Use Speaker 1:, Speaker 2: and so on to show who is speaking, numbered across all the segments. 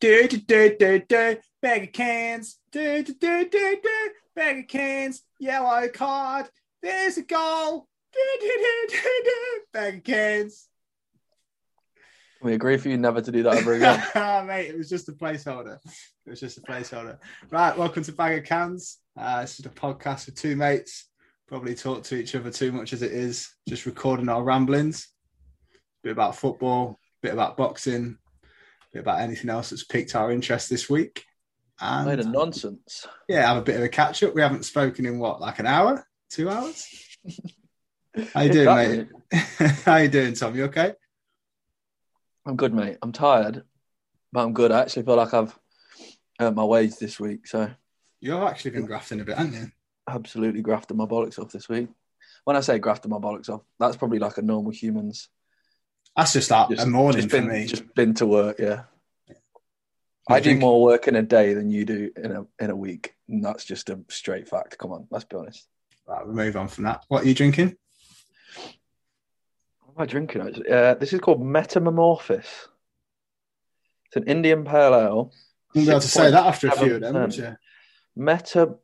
Speaker 1: Day to day day day bag of cans. Day to day day day bag of cans. Yellow card. There's a goal. Day, day, day, day, day, Bag of cans.
Speaker 2: We agree for you never to do that ever again.
Speaker 1: Ah, Mate, it was just a placeholder. It was just a placeholder. Right, welcome to Bag of Cans. Uh, this is a podcast with two mates. Probably talk to each other too much as it is. Just recording our ramblings. bit about football, bit about boxing, bit about anything else that's piqued our interest this week.
Speaker 2: Made
Speaker 1: And
Speaker 2: of nonsense.
Speaker 1: yeah, have a bit of a catch up. We haven't spoken in what, like an hour, two hours? How you
Speaker 2: If
Speaker 1: doing,
Speaker 2: that-
Speaker 1: mate? How you doing, Tom? You okay?
Speaker 2: I'm good, mate. I'm tired, but I'm good. I actually feel like I've earned my wage this week, so
Speaker 1: You've actually been grafting a bit, haven't you?
Speaker 2: absolutely grafted my bollocks off this week. When I say grafted my bollocks off, that's probably like a normal human's.
Speaker 1: That's just like
Speaker 2: Just-
Speaker 1: a morning
Speaker 2: Just
Speaker 1: for
Speaker 2: been,
Speaker 1: me.
Speaker 2: just been to work, yeah.
Speaker 1: You
Speaker 2: I do
Speaker 1: think-
Speaker 2: more work in a day than you do in a in a week, and that's just a straight fact. Come on, let's be honest.
Speaker 1: Right, we'll move on from that. What are you drinking?
Speaker 2: What am I drinking? actually? Uh, this is called Metamorphosis. It's an Indian Pale Ale.
Speaker 1: You wouldn't be able to say that after a few of them,
Speaker 2: 6.7%.
Speaker 1: would you?
Speaker 2: Meta.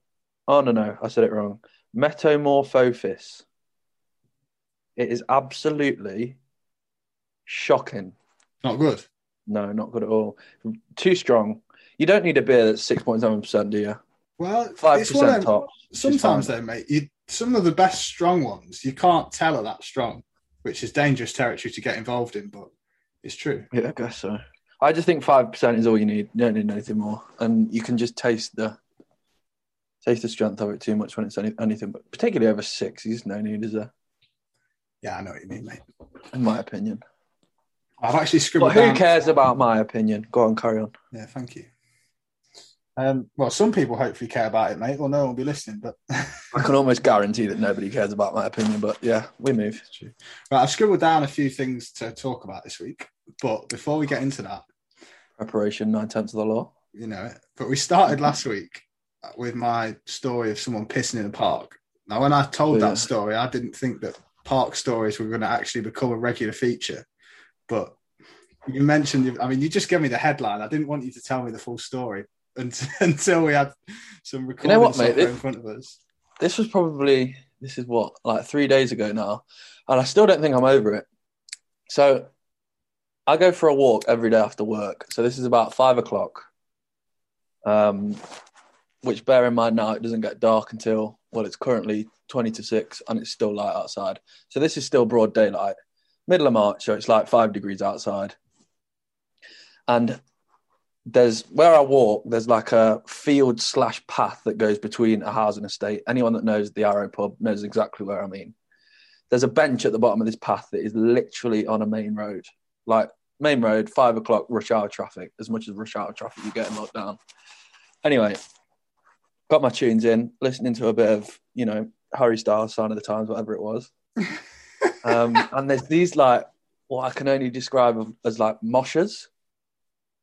Speaker 2: Oh no, no, I said it wrong. Metamorphosis. It is absolutely shocking.
Speaker 1: Not good.
Speaker 2: No, not good at all. Too strong. You don't need a beer that's six point seven percent, do you?
Speaker 1: Well,
Speaker 2: Five
Speaker 1: it's one of
Speaker 2: percent
Speaker 1: them-
Speaker 2: top.
Speaker 1: Sometimes though, mate, you, some of the best strong ones you can't tell are that strong, which is dangerous territory to get involved in, but it's true.
Speaker 2: Yeah, I guess so. I just think five percent is all you need. You don't need anything more, and you can just taste the taste the strength of it too much when it's any, anything, but particularly over six, there's no need, is there?
Speaker 1: Yeah, I know what you mean, mate.
Speaker 2: In my opinion.
Speaker 1: I've actually
Speaker 2: But
Speaker 1: scribbled
Speaker 2: who
Speaker 1: down.
Speaker 2: cares about my opinion? Go on, carry on.
Speaker 1: Yeah, thank you. Um, well, some people hopefully care about it, mate. Well, no one will be listening, but
Speaker 2: I can almost guarantee that nobody cares about my opinion, but yeah, we move.
Speaker 1: It's true. Right, I've scribbled down a few things to talk about this week, but before we get into that,
Speaker 2: Preparation nine tenths of the law.
Speaker 1: you know it. But we started last week with my story of someone pissing in a park. Now, when I told
Speaker 2: Yeah.
Speaker 1: that story, I didn't think that park stories were going to actually become a regular feature. But you mentioned, I mean, you just gave me the headline. I didn't want you to tell me the full story until, until we had some recording
Speaker 2: what, mate?
Speaker 1: software in front of us.
Speaker 2: This was probably this is what like three days ago now, and I still don't think I'm over it. So I go for a walk every day after work. So this is about five o'clock. Um, which bear in mind now it doesn't get dark until well it's currently twenty to six and it's still light outside. So this is still broad daylight, middle of March, so it's like five degrees outside. And there's where I walk, there's like a field slash path that goes between a house and estate. Anyone that knows the Arrow pub knows exactly where I mean. There's a bench at the bottom of this path that is literally on a main road. Like main road, five o'clock rush hour traffic, as much as rush hour traffic you get in lockdown. Anyway, got my tunes in, listening to a bit of, you know, Harry Styles, Sign of the Times, whatever it was. um, and there's these like what I can only describe as like moshers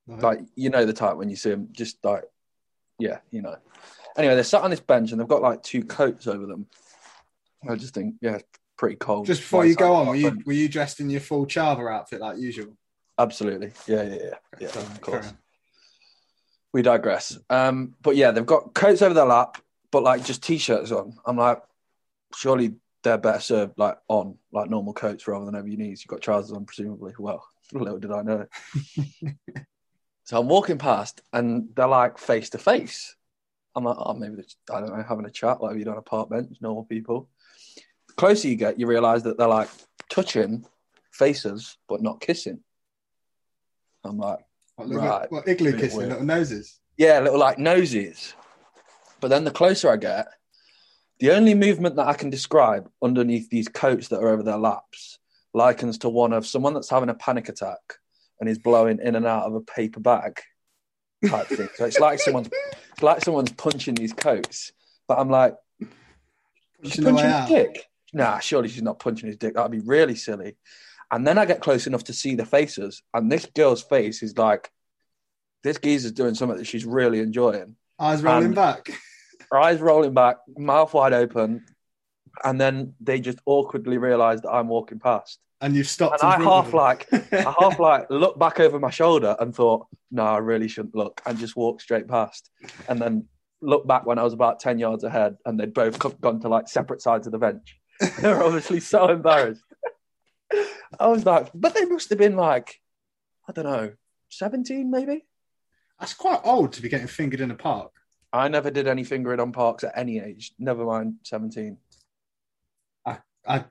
Speaker 2: like you know the type when you see them just like yeah you know anyway they're sat on this bench and they've got like two coats over them i just think yeah it's pretty cold
Speaker 1: just before you go on, were you,
Speaker 2: Outside.
Speaker 1: were you dressed in your full Chava outfit like usual?
Speaker 2: absolutely yeah yeah yeah, yeah
Speaker 1: Sorry, carry
Speaker 2: of course
Speaker 1: on.
Speaker 2: we digress. Um, but yeah, they've got coats over their lap, but like just t-shirts on. I'm like, surely they're better served like on like normal coats rather than over your knees. You've got trousers on, presumably. Well, little did I know. so I'm walking past, and they're like face to face. I'm like, oh, maybe they're just, I don't know, having a chat like you do on a park bench, normal people. The closer you get, you realise that they're like touching faces, but not kissing. I'm like.
Speaker 1: What, little-
Speaker 2: Right.
Speaker 1: what, igloo
Speaker 2: Bit
Speaker 1: kissing,
Speaker 2: weird.
Speaker 1: little noses.
Speaker 2: Yeah, little like noses. But then the closer I get, the only movement that I can describe underneath these coats that are over their laps likens to one of someone that's having a panic attack and is blowing in and out of a paper bag type thing. So it's like someone's it's like someone's punching these coats. But I'm like, she's
Speaker 1: Punching the way
Speaker 2: punching his
Speaker 1: out.
Speaker 2: dick. Nah, surely she's not punching his dick. That'd be really silly. And then I get close enough to see the faces, and this girl's face is like, this geezer's doing something that she's really enjoying
Speaker 1: Eyes rolling
Speaker 2: And-
Speaker 1: back.
Speaker 2: her eyes rolling back, mouth wide open, and then they just awkwardly realise that I'm walking past.
Speaker 1: and you've stopped.
Speaker 2: And
Speaker 1: in
Speaker 2: I
Speaker 1: front of
Speaker 2: half
Speaker 1: them.
Speaker 2: like, I half like looked back over my shoulder and thought, no, I really shouldn't look, and just walked straight past, and then looked back when I was about ten yards ahead, and they'd both co- gone to like separate sides of the bench. they were obviously so embarrassed. I was like, but they must have been like, I don't know, seventeen maybe.
Speaker 1: That's quite old to be getting fingered in a park.
Speaker 2: I never did any fingering on parks at any age. Never mind seventeen.
Speaker 1: I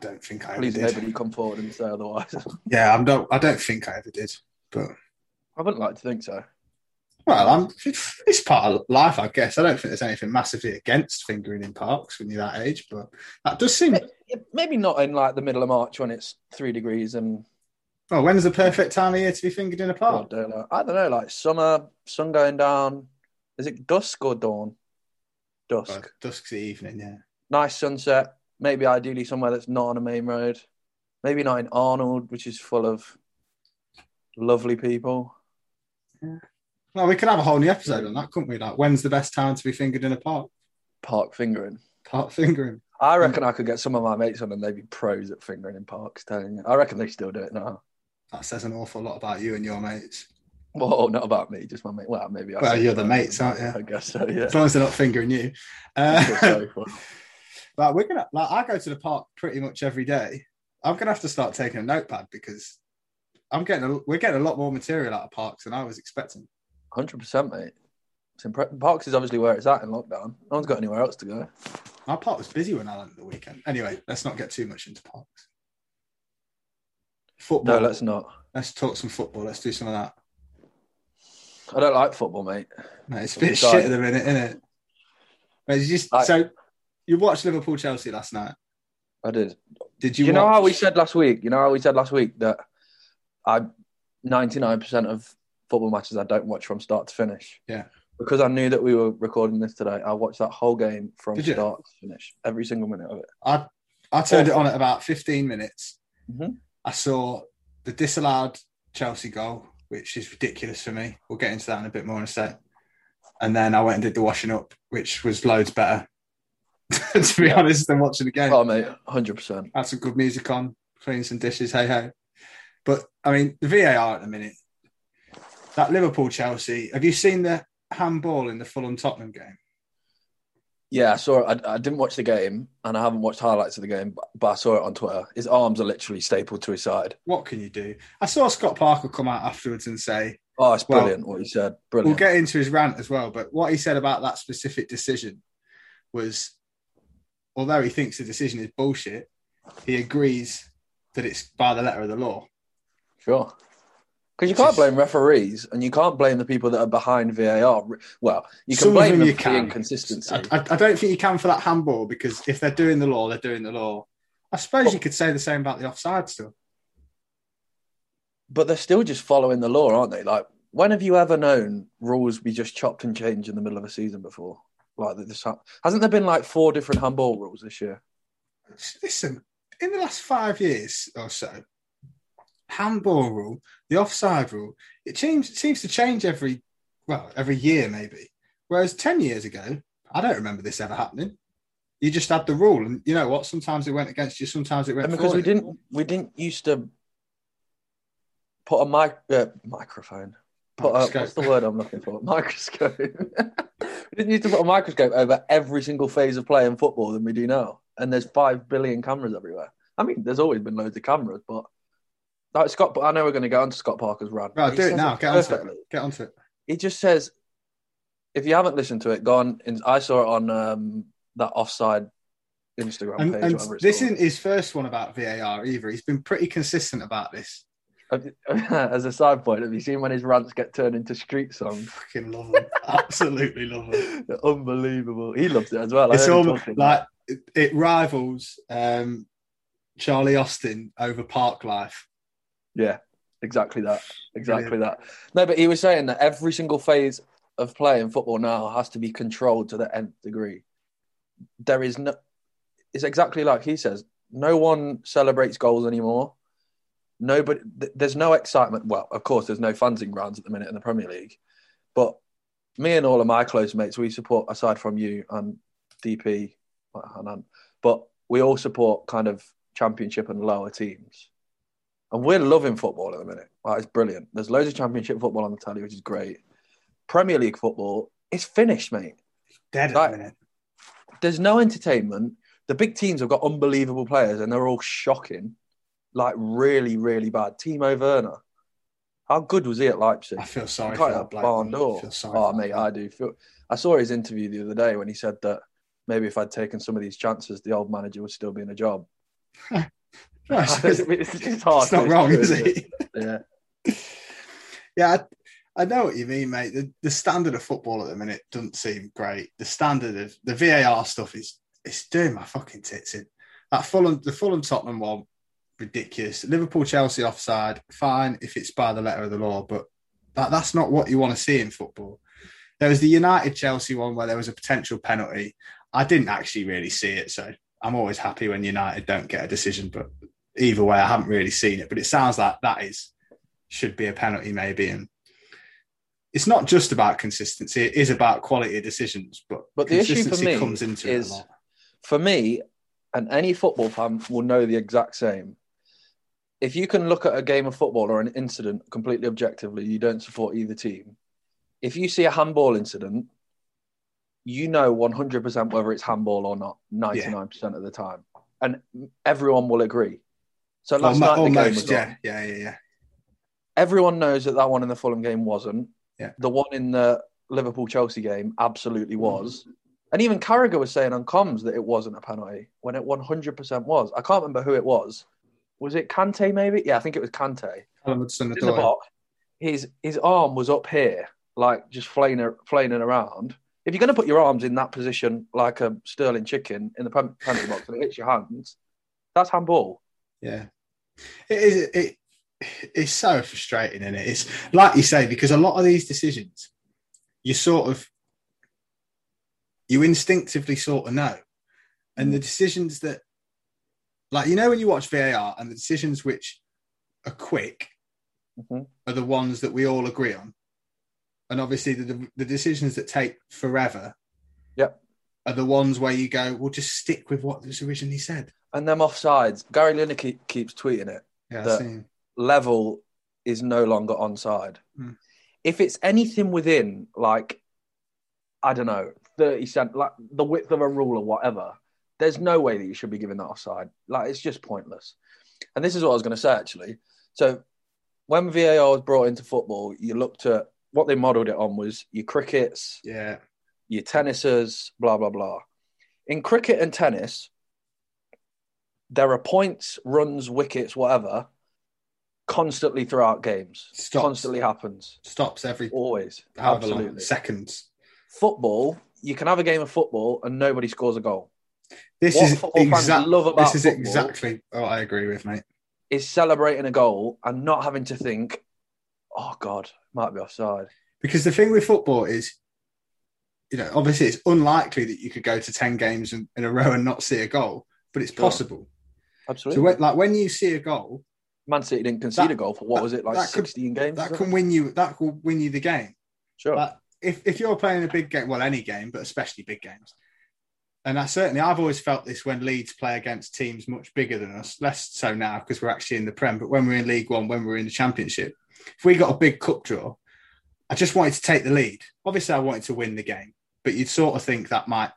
Speaker 1: don't think I
Speaker 2: Please,
Speaker 1: ever did.
Speaker 2: nobody come forward and say otherwise.
Speaker 1: Yeah, I'm not. I don't think I ever did. But
Speaker 2: I wouldn't like to think so.
Speaker 1: well, I'm. It's part of life, I guess. I don't think there's anything massively against fingering in parks when you're that age, but that does seem.
Speaker 2: Yeah, Maybe not in like the middle of March when it's three degrees and
Speaker 1: Well, when's the perfect time of year to be fingered in a park?
Speaker 2: broad daylight. I don't know, like summer, sun going down. Is it dusk or dawn? Dusk.
Speaker 1: Well, dusk's the evening. Yeah.
Speaker 2: Nice sunset. Maybe ideally somewhere that's not on a main road. Maybe not in Arnold, which is full of lovely people.
Speaker 1: Well, we could have a whole new episode on that, couldn't we? Like, when's the best time to be fingered in a park?
Speaker 2: Park fingering.
Speaker 1: Park fingering.
Speaker 2: I reckon I could get some of my mates on and they'd be pros at fingering in parks, telling you. I reckon they still do it now.
Speaker 1: That says an awful lot about you and your mates.
Speaker 2: Well, not about me, just my mate. Well, maybe I
Speaker 1: Well,
Speaker 2: said
Speaker 1: you're the
Speaker 2: that.
Speaker 1: mates, aren't you?
Speaker 2: I guess so, yeah.
Speaker 1: As long as they're not fingering you.
Speaker 2: I feel
Speaker 1: Uh,
Speaker 2: sorry for them.
Speaker 1: like we're gonna like I go to the park pretty much every day. I'm gonna have to start taking a notepad because I'm getting a, we're getting a lot more material out of parks than I was expecting.
Speaker 2: Hundred percent, mate. It's impre- Parks is obviously where it's at in lockdown. No one's got anywhere else to go.
Speaker 1: My park was busy when I went at the weekend. Anyway, let's not get too much into parks.
Speaker 2: No,
Speaker 1: Football. let's...
Speaker 2: let's not.
Speaker 1: talk some football. Let's do some of that.
Speaker 2: I don't like football, mate.
Speaker 1: Mate, it's a bit
Speaker 2: Sorry.
Speaker 1: shit at the minute, isn't it? Mate, you just
Speaker 2: I-
Speaker 1: so you watched Liverpool Chelsea last night.
Speaker 2: I did.
Speaker 1: Did
Speaker 2: Do
Speaker 1: you,
Speaker 2: you, know
Speaker 1: watch-
Speaker 2: how we said last week? You know how we said last week that I ninety nine percent of football matches I don't watch from start to finish.
Speaker 1: Yeah.
Speaker 2: Because I knew that we were recording this today, I watched that whole game from
Speaker 1: Did you?
Speaker 2: start to finish, every single minute of it.
Speaker 1: I I turned it on at about 15 minutes.
Speaker 2: Mhm.
Speaker 1: I saw the disallowed Chelsea goal, which is ridiculous for me. We'll get into that in a bit more in a sec. And then I went and did the washing up, which was loads better. to be honest, than watching the game.
Speaker 2: Oh, mate, hundred percent.
Speaker 1: Had some good music on, cleaning some dishes, hey ho. But I mean, the VAR at the minute, that Liverpool Chelsea. Have you seen the handball in the Fulham Tottenham game?
Speaker 2: Yeah, I saw it. I, I didn't watch the game, and I haven't watched highlights of the game, but, but I saw it on Twitter. His arms are literally stapled to his side.
Speaker 1: What can you do? I saw Scott Parker come out afterwards and say,
Speaker 2: Oh, it's
Speaker 1: Well,
Speaker 2: brilliant what he said. Brilliant.
Speaker 1: We'll get into his rant as well, but what he said about that specific decision was, although he thinks the decision is bullshit, he agrees that it's by the letter of the law.
Speaker 2: Sure. Because you
Speaker 1: Which
Speaker 2: can't
Speaker 1: is-
Speaker 2: blame referees and you can't blame the people that are behind VAR. Well, you can
Speaker 1: Some of
Speaker 2: blame
Speaker 1: them
Speaker 2: them
Speaker 1: you
Speaker 2: for the
Speaker 1: can.
Speaker 2: inconsistency.
Speaker 1: I, I- I don't think you can for that handball because if they're doing the law, they're doing the law. I suppose you could say the same about the offside stuff.
Speaker 2: But they're still just following the law, aren't they? Like, when have you ever known rules be just chopped and changed in the middle of a season before? Like, this ha- hasn't there been like four different handball rules this year?
Speaker 1: Listen, in the last five years or so, handball rule, the offside rule, it change, it seems to change every, well, every year maybe. Whereas 10 years ago, I don't remember this ever happening. You just had the rule, and you know what? Sometimes it went against you, sometimes it went
Speaker 2: And because
Speaker 1: for
Speaker 2: we
Speaker 1: you.
Speaker 2: didn't, we didn't used to put a mic uh, microphone. Put a,
Speaker 1: Microscope.
Speaker 2: what's the word I'm looking for? Microscope. we didn't used to put a microscope over every single phase of play in football than we do now. And there's five billion cameras everywhere. I mean, there's always been loads of cameras, but like Scott, but I know we're going to go on to Scott Parker's rant.
Speaker 1: Right,
Speaker 2: He
Speaker 1: do it
Speaker 2: says
Speaker 1: now. Get onto it.
Speaker 2: perfectly.
Speaker 1: Get onto it.
Speaker 2: He just says, if you haven't listened to it, go on. And I saw it on um, that offside Instagram
Speaker 1: And,
Speaker 2: page.
Speaker 1: and
Speaker 2: whatever it's
Speaker 1: this
Speaker 2: called.
Speaker 1: isn't his first one about VAR either. He's been pretty consistent about this.
Speaker 2: Have you- As a side point, have you seen when his rants get turned into street songs?
Speaker 1: Fucking love him. Absolutely love him.
Speaker 2: They're Unbelievable. He loves it as well. I
Speaker 1: it's
Speaker 2: heard him
Speaker 1: almost
Speaker 2: talking about
Speaker 1: like it, it rivals um, Charlie Austin over Park Life.
Speaker 2: it. yeah, exactly that, exactly that. No, but he was saying that every single phase of play in football now has to be controlled to the nth degree. There is no. It's exactly like he says. No one celebrates goals anymore. Nobody. th- There's no excitement. Well, of course, there's no fans in grounds at the minute in the Premier League, but me and all of my close mates, we support aside from you and DP, uh, Hanan, but we all support kind of championship and lower teams. And we're loving football at the minute. Like, it's brilliant. There's loads of championship football on the telly, which is great. Premier League football, it's finished, mate.
Speaker 1: Dead at
Speaker 2: Right.
Speaker 1: the minute.
Speaker 2: There's no entertainment. The big teams have got unbelievable players and they're all shocking. Like really, really bad. Timo Werner. How good was he at Leipzig?
Speaker 1: I feel sorry for
Speaker 2: Quite a
Speaker 1: that bloke.
Speaker 2: barn door.
Speaker 1: I feel sorry.
Speaker 2: Oh,
Speaker 1: for
Speaker 2: mate,
Speaker 1: that.
Speaker 2: I do. Feel, I saw his interview the other day when he said that maybe if I'd taken some of these chances, the old manager would still be in a job.
Speaker 1: No, it's, it's,
Speaker 2: It's just hard.
Speaker 1: it's not wrong,
Speaker 2: true,
Speaker 1: is
Speaker 2: isn't
Speaker 1: it?
Speaker 2: Yeah.
Speaker 1: Yeah, I, I know what you mean, mate. The, the standard of football at the minute doesn't seem great. The standard of the VAR stuff is it's doing my fucking tits in. That Fulham, the Fulham Tottenham one, ridiculous. Liverpool Chelsea offside, fine if it's by the letter of the law, but that, that's not what you want to see in football. There was the United Chelsea one where there was a potential penalty. I didn't actually really see it, so I'm always happy when United don't get a decision. But either way, I haven't really seen it. But it sounds like that is should be a penalty, maybe. And it's not just about consistency; it is about quality of decisions. But
Speaker 2: But the issue for
Speaker 1: consistency
Speaker 2: me
Speaker 1: comes into it
Speaker 2: is-
Speaker 1: a lot.
Speaker 2: For me, and any football fan will know the exact same. If you can look at a game of football or an incident completely objectively, you don't support either team. If you see a handball incident, you know 100% whether it's handball or not, 99% of the time. And everyone will agree. So last
Speaker 1: Almo-
Speaker 2: night, the game
Speaker 1: almost,
Speaker 2: was on
Speaker 1: yeah, yeah, yeah, yeah.
Speaker 2: everyone knows that that one in the Fulham game wasn't.
Speaker 1: Yeah.
Speaker 2: The one in the Liverpool Chelsea game absolutely was. And even Carragher was saying on comms that it wasn't a penalty when it 100% was. I can't remember who it was. Was it Kante maybe? Yeah, I think it was Kante.
Speaker 1: Callum Hudson
Speaker 2: In the
Speaker 1: Odoi.
Speaker 2: box, his his arm was up here, like just flailing, flailing around. If you're going to put your arms in that position like a Sterling chicken in the pen- penalty box and it hits your hands, that's handball.
Speaker 1: Yeah, it is. It it's so frustrating, and it? it's like you say because a lot of these decisions, you sort of, you instinctively sort of know, and
Speaker 2: Mm.
Speaker 1: the decisions that, like you know, when you watch VAR and the decisions which are quick
Speaker 2: hmm
Speaker 1: are the ones that we all agree on, and obviously the the decisions that take forever.
Speaker 2: Yep.
Speaker 1: Are the ones where you go, well, just stick with what was originally said.
Speaker 2: And them offsides, Gary Lineker keeps tweeting it.
Speaker 1: Yeah, I've
Speaker 2: That-
Speaker 1: seen.
Speaker 2: level is no longer onside.
Speaker 1: Mm.
Speaker 2: If it's anything within, like, I don't know, 30 cent, like the width of a rule or whatever, there's no way that you should be giving that offside. Like, it's just pointless. And this is what I was going to say, actually. So, when VAR was brought into football, you looked at what they modeled it on was your crickets,
Speaker 1: Yeah,
Speaker 2: your tennisers, blah, blah, blah. In cricket and tennis, there are points, runs, wickets, whatever, constantly throughout games.
Speaker 1: Stops.
Speaker 2: Constantly happens.
Speaker 1: stops every
Speaker 2: Always.
Speaker 1: however
Speaker 2: Oh, Absolutely.
Speaker 1: long seconds.
Speaker 2: Football, you can have a game of football and nobody scores a goal.
Speaker 1: This
Speaker 2: What
Speaker 1: is
Speaker 2: football fans
Speaker 1: exactly
Speaker 2: love about
Speaker 1: this is
Speaker 2: football-
Speaker 1: exactly what I agree with, mate.
Speaker 2: Is celebrating a goal and not having to think, oh God, might be offside.
Speaker 1: Because the thing with football is, you know, obviously it's unlikely that you could go to ten games in, in a row and not see a goal, but it's
Speaker 2: Sure.
Speaker 1: possible. So
Speaker 2: Absolutely.
Speaker 1: when, like when you see a goal,
Speaker 2: Man City didn't concede
Speaker 1: That-
Speaker 2: a goal for what
Speaker 1: that-
Speaker 2: was it, like
Speaker 1: that could-
Speaker 2: 16 games?
Speaker 1: that can win you. That will win you the game.
Speaker 2: sure.
Speaker 1: Like, if if you're playing a big game, well, any game, but especially big games. And I certainly, I've always felt this when Leeds play against teams much bigger than us. Less so now because we're actually in the Prem, but when we're in League One, when we're in the Championship, if we got a big cup draw, I just wanted to take the lead. Obviously, I wanted to win the game, but you'd sort of think that might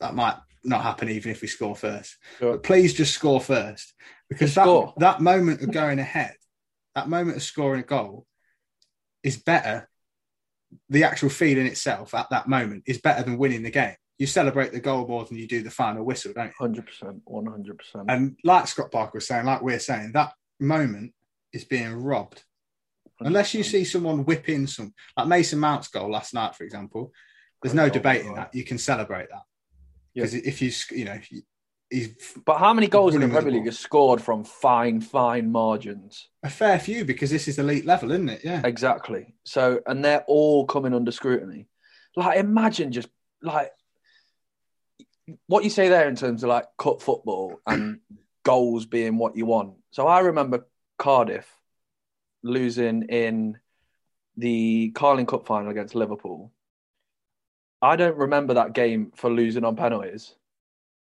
Speaker 1: that might not happen even if we score first.
Speaker 2: Sure.
Speaker 1: But please just score first because
Speaker 2: Just
Speaker 1: that
Speaker 2: score.
Speaker 1: that moment of going ahead, that moment of scoring a goal, is better the actual feeling itself at that moment is better than winning the game. You celebrate the goal more than you do the final whistle, don't you?
Speaker 2: 100%. 100%.
Speaker 1: And like Scott Parker was saying, like we're saying, that moment is being robbed. Unless you
Speaker 2: 100%.
Speaker 1: see someone whip in some, like Mason Mount's goal last night, for example, there's no
Speaker 2: Great goal,
Speaker 1: debating
Speaker 2: by the way.
Speaker 1: that. You can celebrate that. Because if you, sc- you know, if you- he's
Speaker 2: But how many goals in the
Speaker 1: Running with the
Speaker 2: Premier League
Speaker 1: ball.
Speaker 2: are scored from fine, fine margins?
Speaker 1: a fair few because this is elite level, isn't it? Yeah.
Speaker 2: Exactly. So, and they're all coming under scrutiny. Like, imagine just like what you say there in terms of like cut football and goals being what you want. So, I remember Cardiff losing in the Carling Cup final against Liverpool. I don't remember that game for losing on penalties.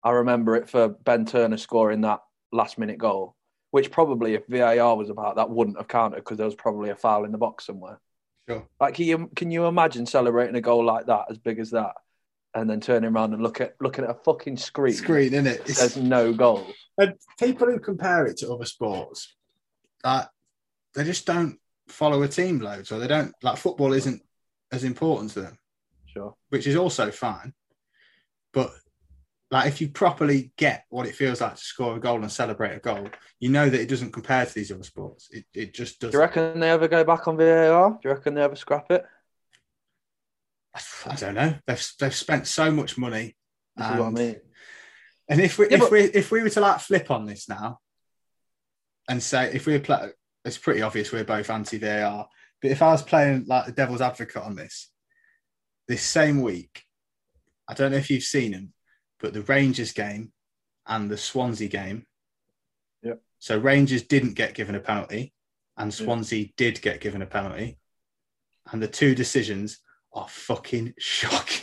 Speaker 2: I remember it for Ben Turner scoring that last minute goal, which probably if VAR was about, that wouldn't have counted because there was probably a foul in the box somewhere.
Speaker 1: Sure.
Speaker 2: Like, can you, can you imagine celebrating a goal like that, as big as that, and then turning around and look at looking at a fucking screen?
Speaker 1: Screen, isn't it?
Speaker 2: There's no goal.
Speaker 1: And people who compare it to other sports, like they just don't follow a team loads, or they don't like football isn't as important to them,
Speaker 2: Sure.
Speaker 1: which is also fine. But like if you properly get what it feels like to score a goal and celebrate a goal, you know that it doesn't compare to these other sports. It it just
Speaker 2: Do
Speaker 1: doesn't.
Speaker 2: you reckon they ever go back on VAR? Do you reckon they ever scrap it?
Speaker 1: I don't know. They've they've spent so much money.
Speaker 2: This is what I
Speaker 1: and-
Speaker 2: mean.
Speaker 1: And if we
Speaker 2: Yeah,
Speaker 1: if
Speaker 2: but-
Speaker 1: we if we were to like flip on this now, and say if we were play, it's pretty obvious we're both anti VAR. But if I was playing like the devil's advocate on this, this same week, I don't know if you've seen them, but the Rangers game and the Swansea game.
Speaker 2: Yep.
Speaker 1: So Rangers didn't get given a penalty, and
Speaker 2: Yeah.
Speaker 1: Swansea did get given a penalty, and the two decisions are fucking shocking.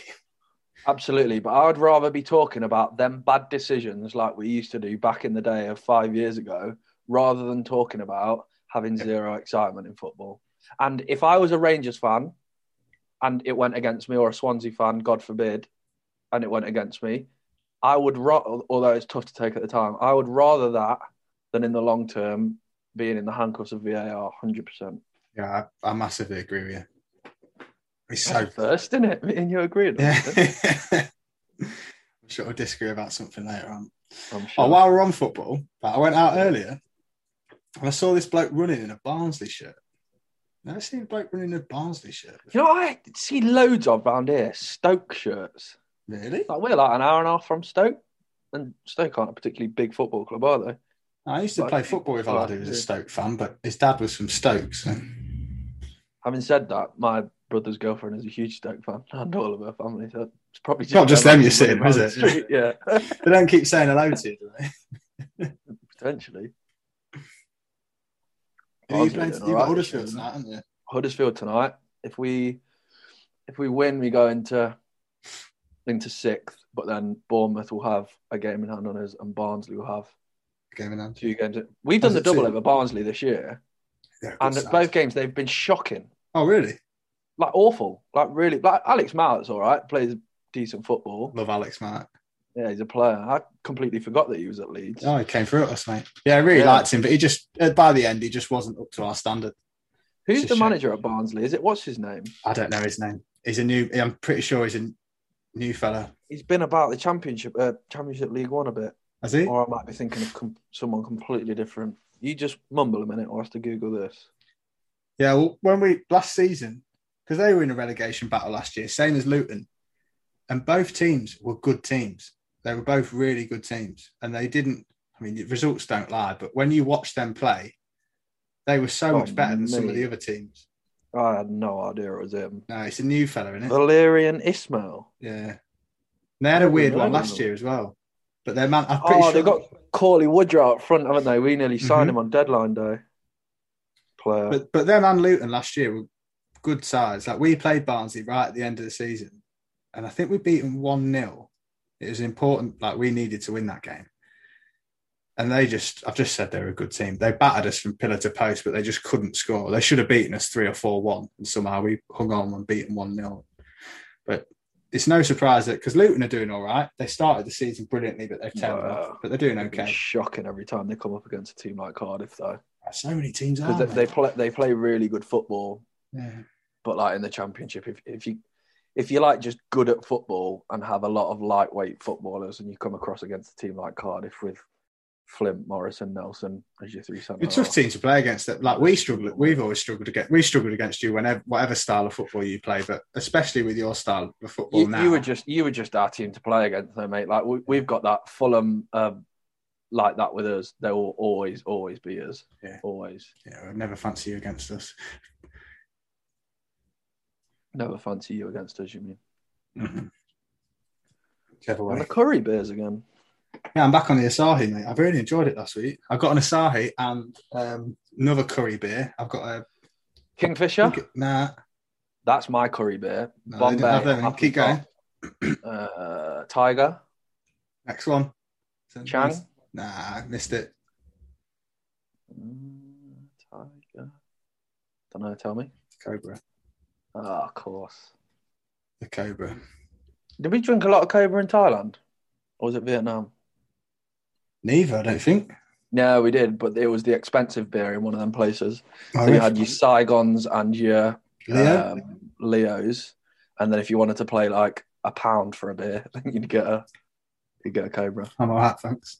Speaker 2: Absolutely, but I'd rather be talking about them bad decisions like we used to do back in the day of five years ago, rather than talking about having
Speaker 1: Yeah.
Speaker 2: zero excitement in football. And if I was a Rangers fan and it went against me, or a Swansea fan, God forbid, and it went against me, I would, ra- although it's tough to take at the time, I would rather that than in the long term being in the handcuffs of VAR 100%.
Speaker 1: Yeah, I, I massively agree with you. It's
Speaker 2: That's
Speaker 1: so
Speaker 2: a first, isn't it? Me and you agreed. on it.
Speaker 1: Yeah. I'm sure we'll disagree about something later on.
Speaker 2: I'm sure.
Speaker 1: Oh, while we're on football, like, I went out earlier and I saw this bloke running in a Barnsley shirt. Never seen a bloke running in a Barnsley shirt.
Speaker 2: You know, what I see loads of round here Stoke shirts.
Speaker 1: Really?
Speaker 2: Like we're like an hour and a half from Stoke, and Stoke aren't a particularly big football club, are they?
Speaker 1: I used to
Speaker 2: Like-
Speaker 1: play football with a lad who was a Stoke fan, but his dad was from Stoke. So.
Speaker 2: Having said that, my brother's girlfriend is a huge Stoke fan, and all of her family. So it's probably
Speaker 1: Not just them you're seeing,
Speaker 2: sitting,
Speaker 1: is it?
Speaker 2: Yeah,
Speaker 1: They don't keep saying hello to you, do they?
Speaker 2: potentially.
Speaker 1: Who are you
Speaker 2: Barnsley
Speaker 1: playing?
Speaker 2: doing
Speaker 1: You've got
Speaker 2: all right
Speaker 1: Huddersfield
Speaker 2: this year,
Speaker 1: tonight, haven't you?
Speaker 2: Huddersfield tonight. If we if we win, we go into into sixth, but then Bournemouth will have a game in hand on us, and Barnsley will have
Speaker 1: Game in hand.
Speaker 2: two games. We've
Speaker 1: Has
Speaker 2: done the
Speaker 1: it two?
Speaker 2: double over Barnsley this year.
Speaker 1: Yeah, good
Speaker 2: and at
Speaker 1: side.
Speaker 2: both games they've been shocking,
Speaker 1: Oh, really?
Speaker 2: like awful, like really. Like Alex Mallett's all right, plays decent football.
Speaker 1: Love Alex Mark.
Speaker 2: Yeah, he's a player. I completely forgot that he was at Leeds.
Speaker 1: Oh, he came through at us, mate. Yeah, I really
Speaker 2: Yeah.
Speaker 1: liked him, but he just, uh, by the end, he just wasn't up to our standard.
Speaker 2: Who's
Speaker 1: it's
Speaker 2: the
Speaker 1: a shame.
Speaker 2: manager at Barnsley? Is it what's his name?
Speaker 1: I don't know his name. He's a new. I'm pretty sure he's a new fella.
Speaker 2: He's been about the Championship, uh, Championship League One a bit,
Speaker 1: Has he?
Speaker 2: or I might be thinking of com- someone completely different. You just mumble a minute, or I have to Google this.
Speaker 1: Yeah. Well, when we last season, because they were in a relegation battle last year, same as Luton, and both teams were good teams. They were both really good teams, and they didn't. I mean, the results don't lie, but when you watch them play, they were so
Speaker 2: Oh,
Speaker 1: much better than some of
Speaker 2: mate.
Speaker 1: the other teams.
Speaker 2: I had no idea it was him.
Speaker 1: No, it's a new fella, isn't it?
Speaker 2: Valerian Ismail.
Speaker 1: yeah. And they had a
Speaker 2: Probably
Speaker 1: weird one
Speaker 2: wrong,
Speaker 1: last
Speaker 2: though.
Speaker 1: year as well, but their man. I'm pretty sure
Speaker 2: Oh,
Speaker 1: Mm-hmm.
Speaker 2: they've got Corley Woodrow up front, haven't they? We nearly signed him on deadline day. Player.
Speaker 1: But but them and Luton last year were good sides. Like we played Barnsley right at the end of the season, and I think we beat them one 0 It was important. Like we needed to win that game, and they just I've just said they're a good team. They battered us from pillar to post, but they just couldn't score. They should have beaten us three or four one, and somehow we hung on and beat them one 0 But it's no surprise that because Luton are doing all right. They started the season brilliantly, but they've tailed
Speaker 2: Wow.
Speaker 1: off. But they're doing
Speaker 2: It'd be
Speaker 1: okay.
Speaker 2: Shocking every time they come up against a team like Cardiff, though,
Speaker 1: So many teams are.
Speaker 2: because they, they play they play really good football.
Speaker 1: yeah.
Speaker 2: But like in the Championship, if if you if you're like just good at football and have a lot of lightweight footballers, and you come across against a team like Cardiff with Flint, Morrison, Nelson as your three centre
Speaker 1: You're a tough
Speaker 2: half.
Speaker 1: team to play against. That like we struggle. We've always struggled to get. We struggled against you whenever, whatever style of football you play, but especially with your style of football
Speaker 2: You,
Speaker 1: now.
Speaker 2: you were just you were just our team to play against, though, mate. Like we, we've got that Fulham um, like that with us. They will always always be us.
Speaker 1: Yeah.
Speaker 2: Always.
Speaker 1: yeah, I'd never fancy you against us.
Speaker 2: Never fancy you against us. You mean? Mm-hmm.
Speaker 1: Whichever
Speaker 2: And
Speaker 1: way.
Speaker 2: the Curry Bears again.
Speaker 1: Yeah, I'm back on the Asahi, mate. I've really enjoyed it last week. I've got an Asahi and um, another curry beer. I've got a
Speaker 2: Kingfisher.
Speaker 1: nah.
Speaker 2: That's my curry beer.
Speaker 1: No, they
Speaker 2: Bombay.
Speaker 1: didn't have them.
Speaker 2: Apple
Speaker 1: Keep going.
Speaker 2: Tart, Uh, Tiger.
Speaker 1: Next one.
Speaker 2: Chang.
Speaker 1: Nah, I missed it.
Speaker 2: Mm, tiger. Don't know. Tell me.
Speaker 1: Cobra.
Speaker 2: Ah, of course.
Speaker 1: The Cobra.
Speaker 2: Did we drink a lot of Cobra in Thailand, or was it Vietnam?
Speaker 1: Neither, I don't think.
Speaker 2: No, we did, but it was the expensive beer in one of them places.
Speaker 1: I
Speaker 2: So you
Speaker 1: reckon-
Speaker 2: had your Saigons and your
Speaker 1: Oh, Leo?
Speaker 2: um, Leos, and then if you wanted to play like a pound for a beer, then you'd get a you'd get a Cobra.
Speaker 1: I'm all right, thanks.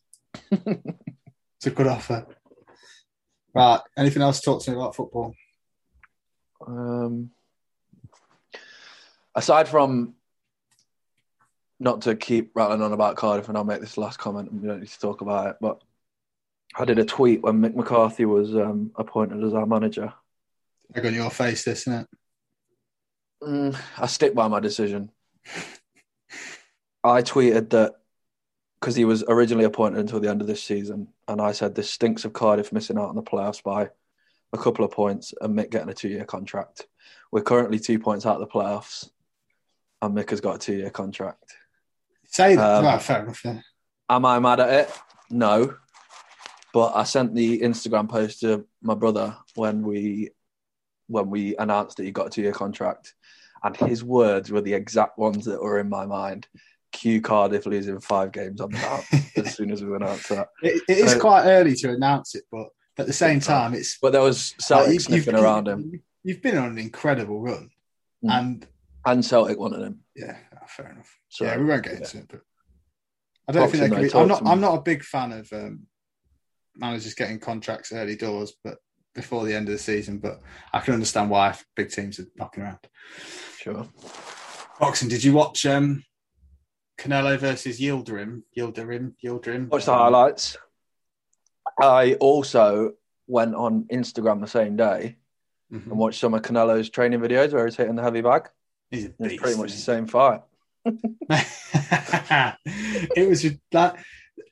Speaker 1: it's a good offer. Right. Anything else to talk to me about football?
Speaker 2: Um, aside from not to keep rattling on about Cardiff, and I'll make this last comment, and we don't need to talk about it, but I did a tweet when Mick McCarthy was um, appointed as our manager.
Speaker 1: I got your face, this, isn't it?
Speaker 2: Mm, I stick by my decision. I tweeted that because he was originally appointed until the end of this season, and I said this stinks of Cardiff missing out on the playoffs by a couple of points and Mick getting a two-year contract. We're currently two points out of the playoffs, and Mick has got a two-year contract.
Speaker 1: Say that.
Speaker 2: Um,
Speaker 1: right, fair enough. Yeah.
Speaker 2: Am I mad at it? No, but I sent the Instagram post to my brother when we when we announced that he got a two-year contract, and his words were the exact ones that were in my mind. Q Cardiff losing five games on the bounce as soon as we announced that.
Speaker 1: It, it is
Speaker 2: so-
Speaker 1: quite early to announce it, but at the same
Speaker 2: It's
Speaker 1: time, it's
Speaker 2: But there was Celtic
Speaker 1: like,
Speaker 2: sniffing around him,
Speaker 1: You've been on an incredible run,
Speaker 2: Mm.
Speaker 1: and
Speaker 2: and Celtic wanted him.
Speaker 1: yeah, fair enough.
Speaker 2: So
Speaker 1: yeah, we won't get
Speaker 2: yeah.
Speaker 1: into it, but I don't
Speaker 2: Boxing
Speaker 1: think that could
Speaker 2: night,
Speaker 1: be.
Speaker 2: talk
Speaker 1: I'm
Speaker 2: to
Speaker 1: not.
Speaker 2: me.
Speaker 1: I'm not a big fan of um, managers getting contracts early doors, but before the end of the season. But I can understand why if big teams are knocking around.
Speaker 2: sure.
Speaker 1: Boxing. Did you watch um, Canelo versus Yildirim? Yildirim. Yildirim.
Speaker 2: Watch the highlights. I also went on Instagram the same day and
Speaker 1: Mhm.
Speaker 2: watched some of Canelo's training videos where he's hitting the heavy bag.
Speaker 1: He's a
Speaker 2: It's
Speaker 1: beast,
Speaker 2: pretty much the
Speaker 1: isn't he?
Speaker 2: same fight.
Speaker 1: it was just that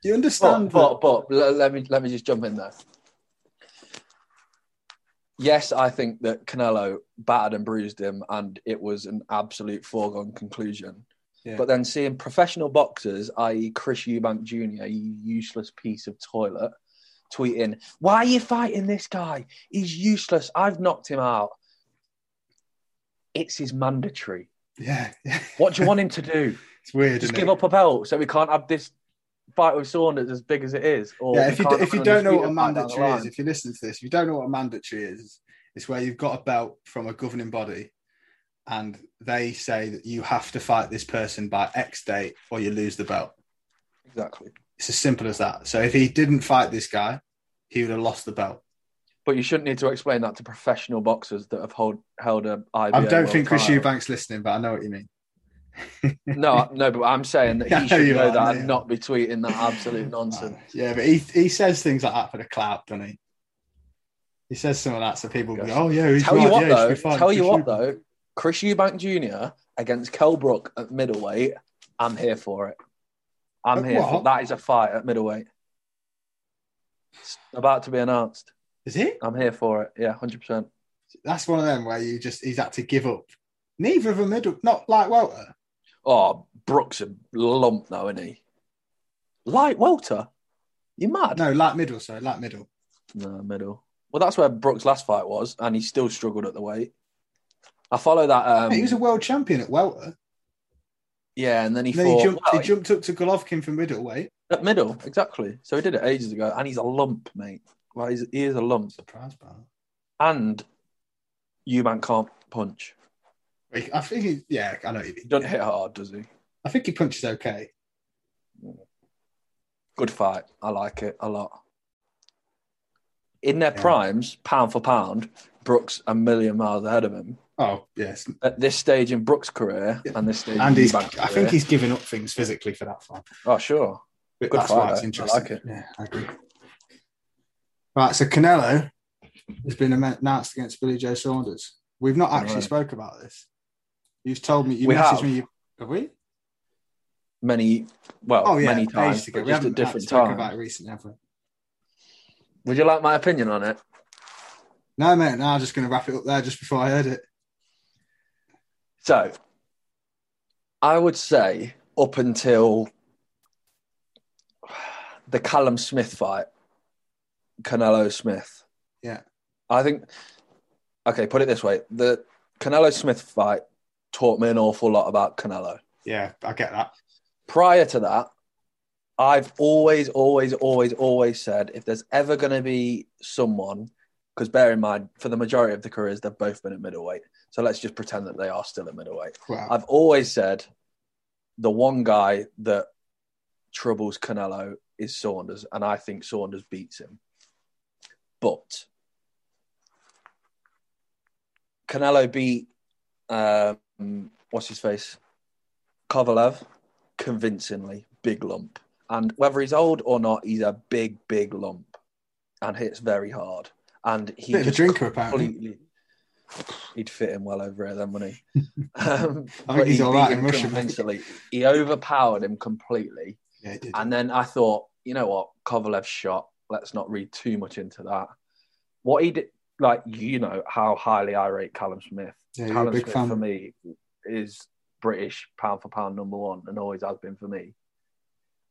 Speaker 1: you
Speaker 2: But,
Speaker 1: understand
Speaker 2: but, but le- let me let me just jump in there. Yes, I think that Canelo battered and bruised him, and it was an absolute foregone conclusion.
Speaker 1: Yeah.
Speaker 2: But then seeing professional boxers, i.e., Chris Eubank Jr., you useless piece of toilet, tweeting, "Why are you fighting this guy? He's useless. I've knocked him out. It's his mandatory.
Speaker 1: that yeah, yeah.
Speaker 2: What do you want him to do?"
Speaker 1: it's weird
Speaker 2: just
Speaker 1: isn't
Speaker 2: give
Speaker 1: it?
Speaker 2: up a belt so we can't have this fight with Saunders as big as it is. Or
Speaker 1: yeah
Speaker 2: we
Speaker 1: if you,
Speaker 2: can't
Speaker 1: if you
Speaker 2: have
Speaker 1: don't know what a
Speaker 2: undisputed fight down the
Speaker 1: mandatory is
Speaker 2: line.
Speaker 1: if you listen to this if you don't know what a mandatory is it's where you've got a belt from a governing body and they say that you have to fight this person by x date or you lose the belt
Speaker 2: exactly.
Speaker 1: it's as simple as that so if he didn't fight this guy he would have lost the belt
Speaker 2: But you shouldn't need to explain that to professional boxers that have hold, held a IBO.
Speaker 1: i don't
Speaker 2: world
Speaker 1: think chris
Speaker 2: title.
Speaker 1: eubank's listening but i know what you mean
Speaker 2: No, no, but I'm saying that
Speaker 1: Yeah, I
Speaker 2: he
Speaker 1: know
Speaker 2: should
Speaker 1: you
Speaker 2: know
Speaker 1: are, I
Speaker 2: that
Speaker 1: know
Speaker 2: and
Speaker 1: you
Speaker 2: not be tweeting that absolute nonsense.
Speaker 1: Yeah, but he he says things like that for the clout, doesn't he? He says some of that so people go,
Speaker 2: Yes.
Speaker 1: "Oh yeah, he's
Speaker 2: tell
Speaker 1: right,
Speaker 2: you
Speaker 1: yeah,
Speaker 2: what
Speaker 1: he should
Speaker 2: though,
Speaker 1: be fighting
Speaker 2: tell you
Speaker 1: Chris
Speaker 2: what
Speaker 1: Eubank."
Speaker 2: though, Chris Eubank Jr. against Kell Brook at middleweight, I'm here for it. I'm
Speaker 1: At
Speaker 2: here. For,
Speaker 1: what?
Speaker 2: that is a fight at middleweight. It's about to be announced.
Speaker 1: Is he?
Speaker 2: I'm here for it. Yeah, hundred percent.
Speaker 1: That's one of them where you just he's had to give up. Neither of them middle, not like Welter.
Speaker 2: Oh, Brooks a lump now, isn't he? Light welter? You mad?
Speaker 1: No, like middle. Sorry, like middle.
Speaker 2: No, middle. Well, that's where Brooks' last fight was, and he still struggled at the weight. I follow that. Um,
Speaker 1: Mate, he was a world champion at Welter.
Speaker 2: yeah, and then he
Speaker 1: And then
Speaker 2: fought
Speaker 1: he jumped.
Speaker 2: well,
Speaker 1: he jumped up to Golovkin from middleweight.
Speaker 2: at middle, exactly. So he did it ages ago, and he's a lump, mate. Like he's, he is a lump,
Speaker 1: Surprise, pal.
Speaker 2: and Eubank can't punch.
Speaker 1: Wait, I think he, yeah, I know what you
Speaker 2: He
Speaker 1: mean.
Speaker 2: doesn't hit hard, does he?
Speaker 1: I think he punches okay.
Speaker 2: Good fight. I like it a lot. In their
Speaker 1: Yeah.
Speaker 2: primes, pound for pound, Brooks a million miles ahead of him.
Speaker 1: Oh yes,
Speaker 2: at this stage in Brooks' career and this stage
Speaker 1: and
Speaker 2: in
Speaker 1: he's.
Speaker 2: Eubank's
Speaker 1: I
Speaker 2: career.
Speaker 1: think he's given up things physically for that fight.
Speaker 2: Oh, sure.
Speaker 1: But
Speaker 2: Good
Speaker 1: that's
Speaker 2: fight,
Speaker 1: why it's
Speaker 2: though. I
Speaker 1: interesting.
Speaker 2: like it.
Speaker 1: Yeah, I agree. Right, so Canelo has been announced against Billy Joe Saunders. We've not actually
Speaker 2: Right.
Speaker 1: spoke about this. You've told me you
Speaker 2: We
Speaker 1: messaged
Speaker 2: have.
Speaker 1: me. you- Have we?
Speaker 2: Many, well,
Speaker 1: Oh yeah,
Speaker 2: many
Speaker 1: days
Speaker 2: times,
Speaker 1: ago.
Speaker 2: but
Speaker 1: We
Speaker 2: just
Speaker 1: haven't
Speaker 2: at different
Speaker 1: spoken
Speaker 2: times.
Speaker 1: about it recently, have we?
Speaker 2: Would you like my opinion on it?
Speaker 1: No, mate. No, I'm just going to wrap it up there just before I heard it.
Speaker 2: So, I would say up until the Callum Smith fight, Canelo Smith.
Speaker 1: Yeah.
Speaker 2: I think okay, put it this way. The Canelo Smith fight taught me an awful lot about Canelo.
Speaker 1: Yeah, I get that.
Speaker 2: Prior to that, I've always, always, always, always said if there's ever gonna be someone because bear in mind, for the majority of the careers, they've both been at middleweight. So let's just pretend that they are still at middleweight.
Speaker 1: Wow.
Speaker 2: I've always said the one guy that troubles Canelo is Saunders, and I think Saunders beats him. But Canelo beat um, what's his face, Kovalev, convincingly, big lump. And whether he's old or not, he's a big, big lump, and hits very hard. And he
Speaker 1: Bit of a
Speaker 2: just
Speaker 1: drinker, apparently.
Speaker 2: completely. He'd fit in well over here, then, wouldn't he? um,
Speaker 1: I
Speaker 2: but
Speaker 1: think he's
Speaker 2: he
Speaker 1: all right
Speaker 2: beat
Speaker 1: in
Speaker 2: him
Speaker 1: Russia. mate.
Speaker 2: convincingly. He overpowered him completely.
Speaker 1: Yeah, he did.
Speaker 2: And then I thought, you know what, Kovalev shot. Let's not read too much into that. What he did, like you know how highly I rate Callum Smith.
Speaker 1: yeah, you're a
Speaker 2: Callum
Speaker 1: big
Speaker 2: Smith for
Speaker 1: fan.
Speaker 2: me is British pound for pound number one, and always has been for me.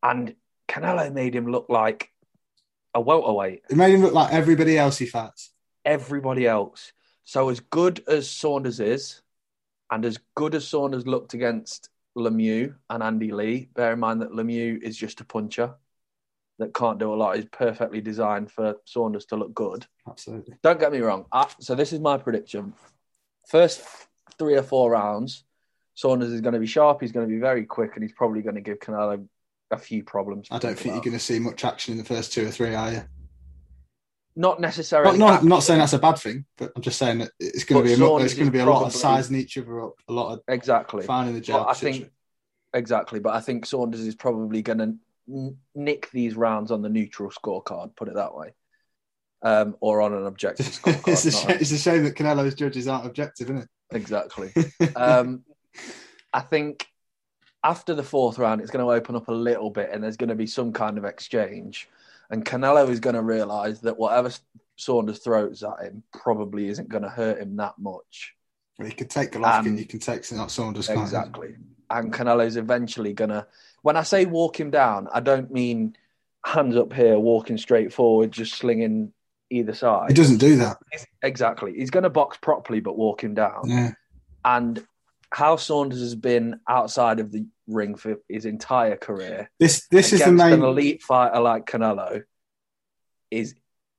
Speaker 2: And Canelo made him look like a welterweight.
Speaker 1: It made him look like everybody else he fights.
Speaker 2: Everybody else. So as good as Saunders is, and as good as Saunders looked against Lemieux and Andy Lee, bear in mind that Lemieux is just a puncher that can't do a lot. He's perfectly designed for Saunders to look good.
Speaker 1: Absolutely.
Speaker 2: Don't get me wrong. I, so this is my prediction. First three or four rounds, Saunders is going to be sharp. He's going to be very quick, and he's probably going to give Canelo a few problems. to
Speaker 1: I don't
Speaker 2: think
Speaker 1: think
Speaker 2: about.
Speaker 1: you're going to see much action in the first two or three, are you?
Speaker 2: Not
Speaker 1: But
Speaker 2: necessarily.
Speaker 1: no, I'm not
Speaker 2: action.
Speaker 1: saying that's a bad thing, but I'm just saying that it's going
Speaker 2: But
Speaker 1: to be a, mu-
Speaker 2: Saunders
Speaker 1: it's going to
Speaker 2: is
Speaker 1: be a lot of
Speaker 2: probably-
Speaker 1: sizing each other up, a lot of
Speaker 2: exactly.
Speaker 1: finding the
Speaker 2: But
Speaker 1: job.
Speaker 2: I think exactly. But I think Saunders is probably going to nick these rounds on the neutral scorecard. Put it that way, um, or on an objective scorecard.
Speaker 1: it's, a
Speaker 2: not
Speaker 1: shame, it's a shame that Canelo's judges aren't objective, isn't
Speaker 2: a- exactly.
Speaker 1: it?
Speaker 2: um, I think after the fourth round, it's going to open up a little bit, and there's going to be some kind of exchange. And Canelo is going to realise that whatever Saunders throws at him probably isn't going to hurt him that much.
Speaker 1: you can take Golovkin,
Speaker 2: Um,
Speaker 1: you can take Saunders. can't you?
Speaker 2: Exactly. And Canelo's eventually going to. When I say walk him down, I don't mean hands up here, walking straight forward, just slinging either
Speaker 1: He
Speaker 2: side.
Speaker 1: doesn't do that.
Speaker 2: Exactly. He's going to box properly, but walk him down.
Speaker 1: Yeah.
Speaker 2: and how Saunders has been outside of the ring for his entire career.
Speaker 1: This this is the
Speaker 2: against an
Speaker 1: main
Speaker 2: elite fighter like Canelo is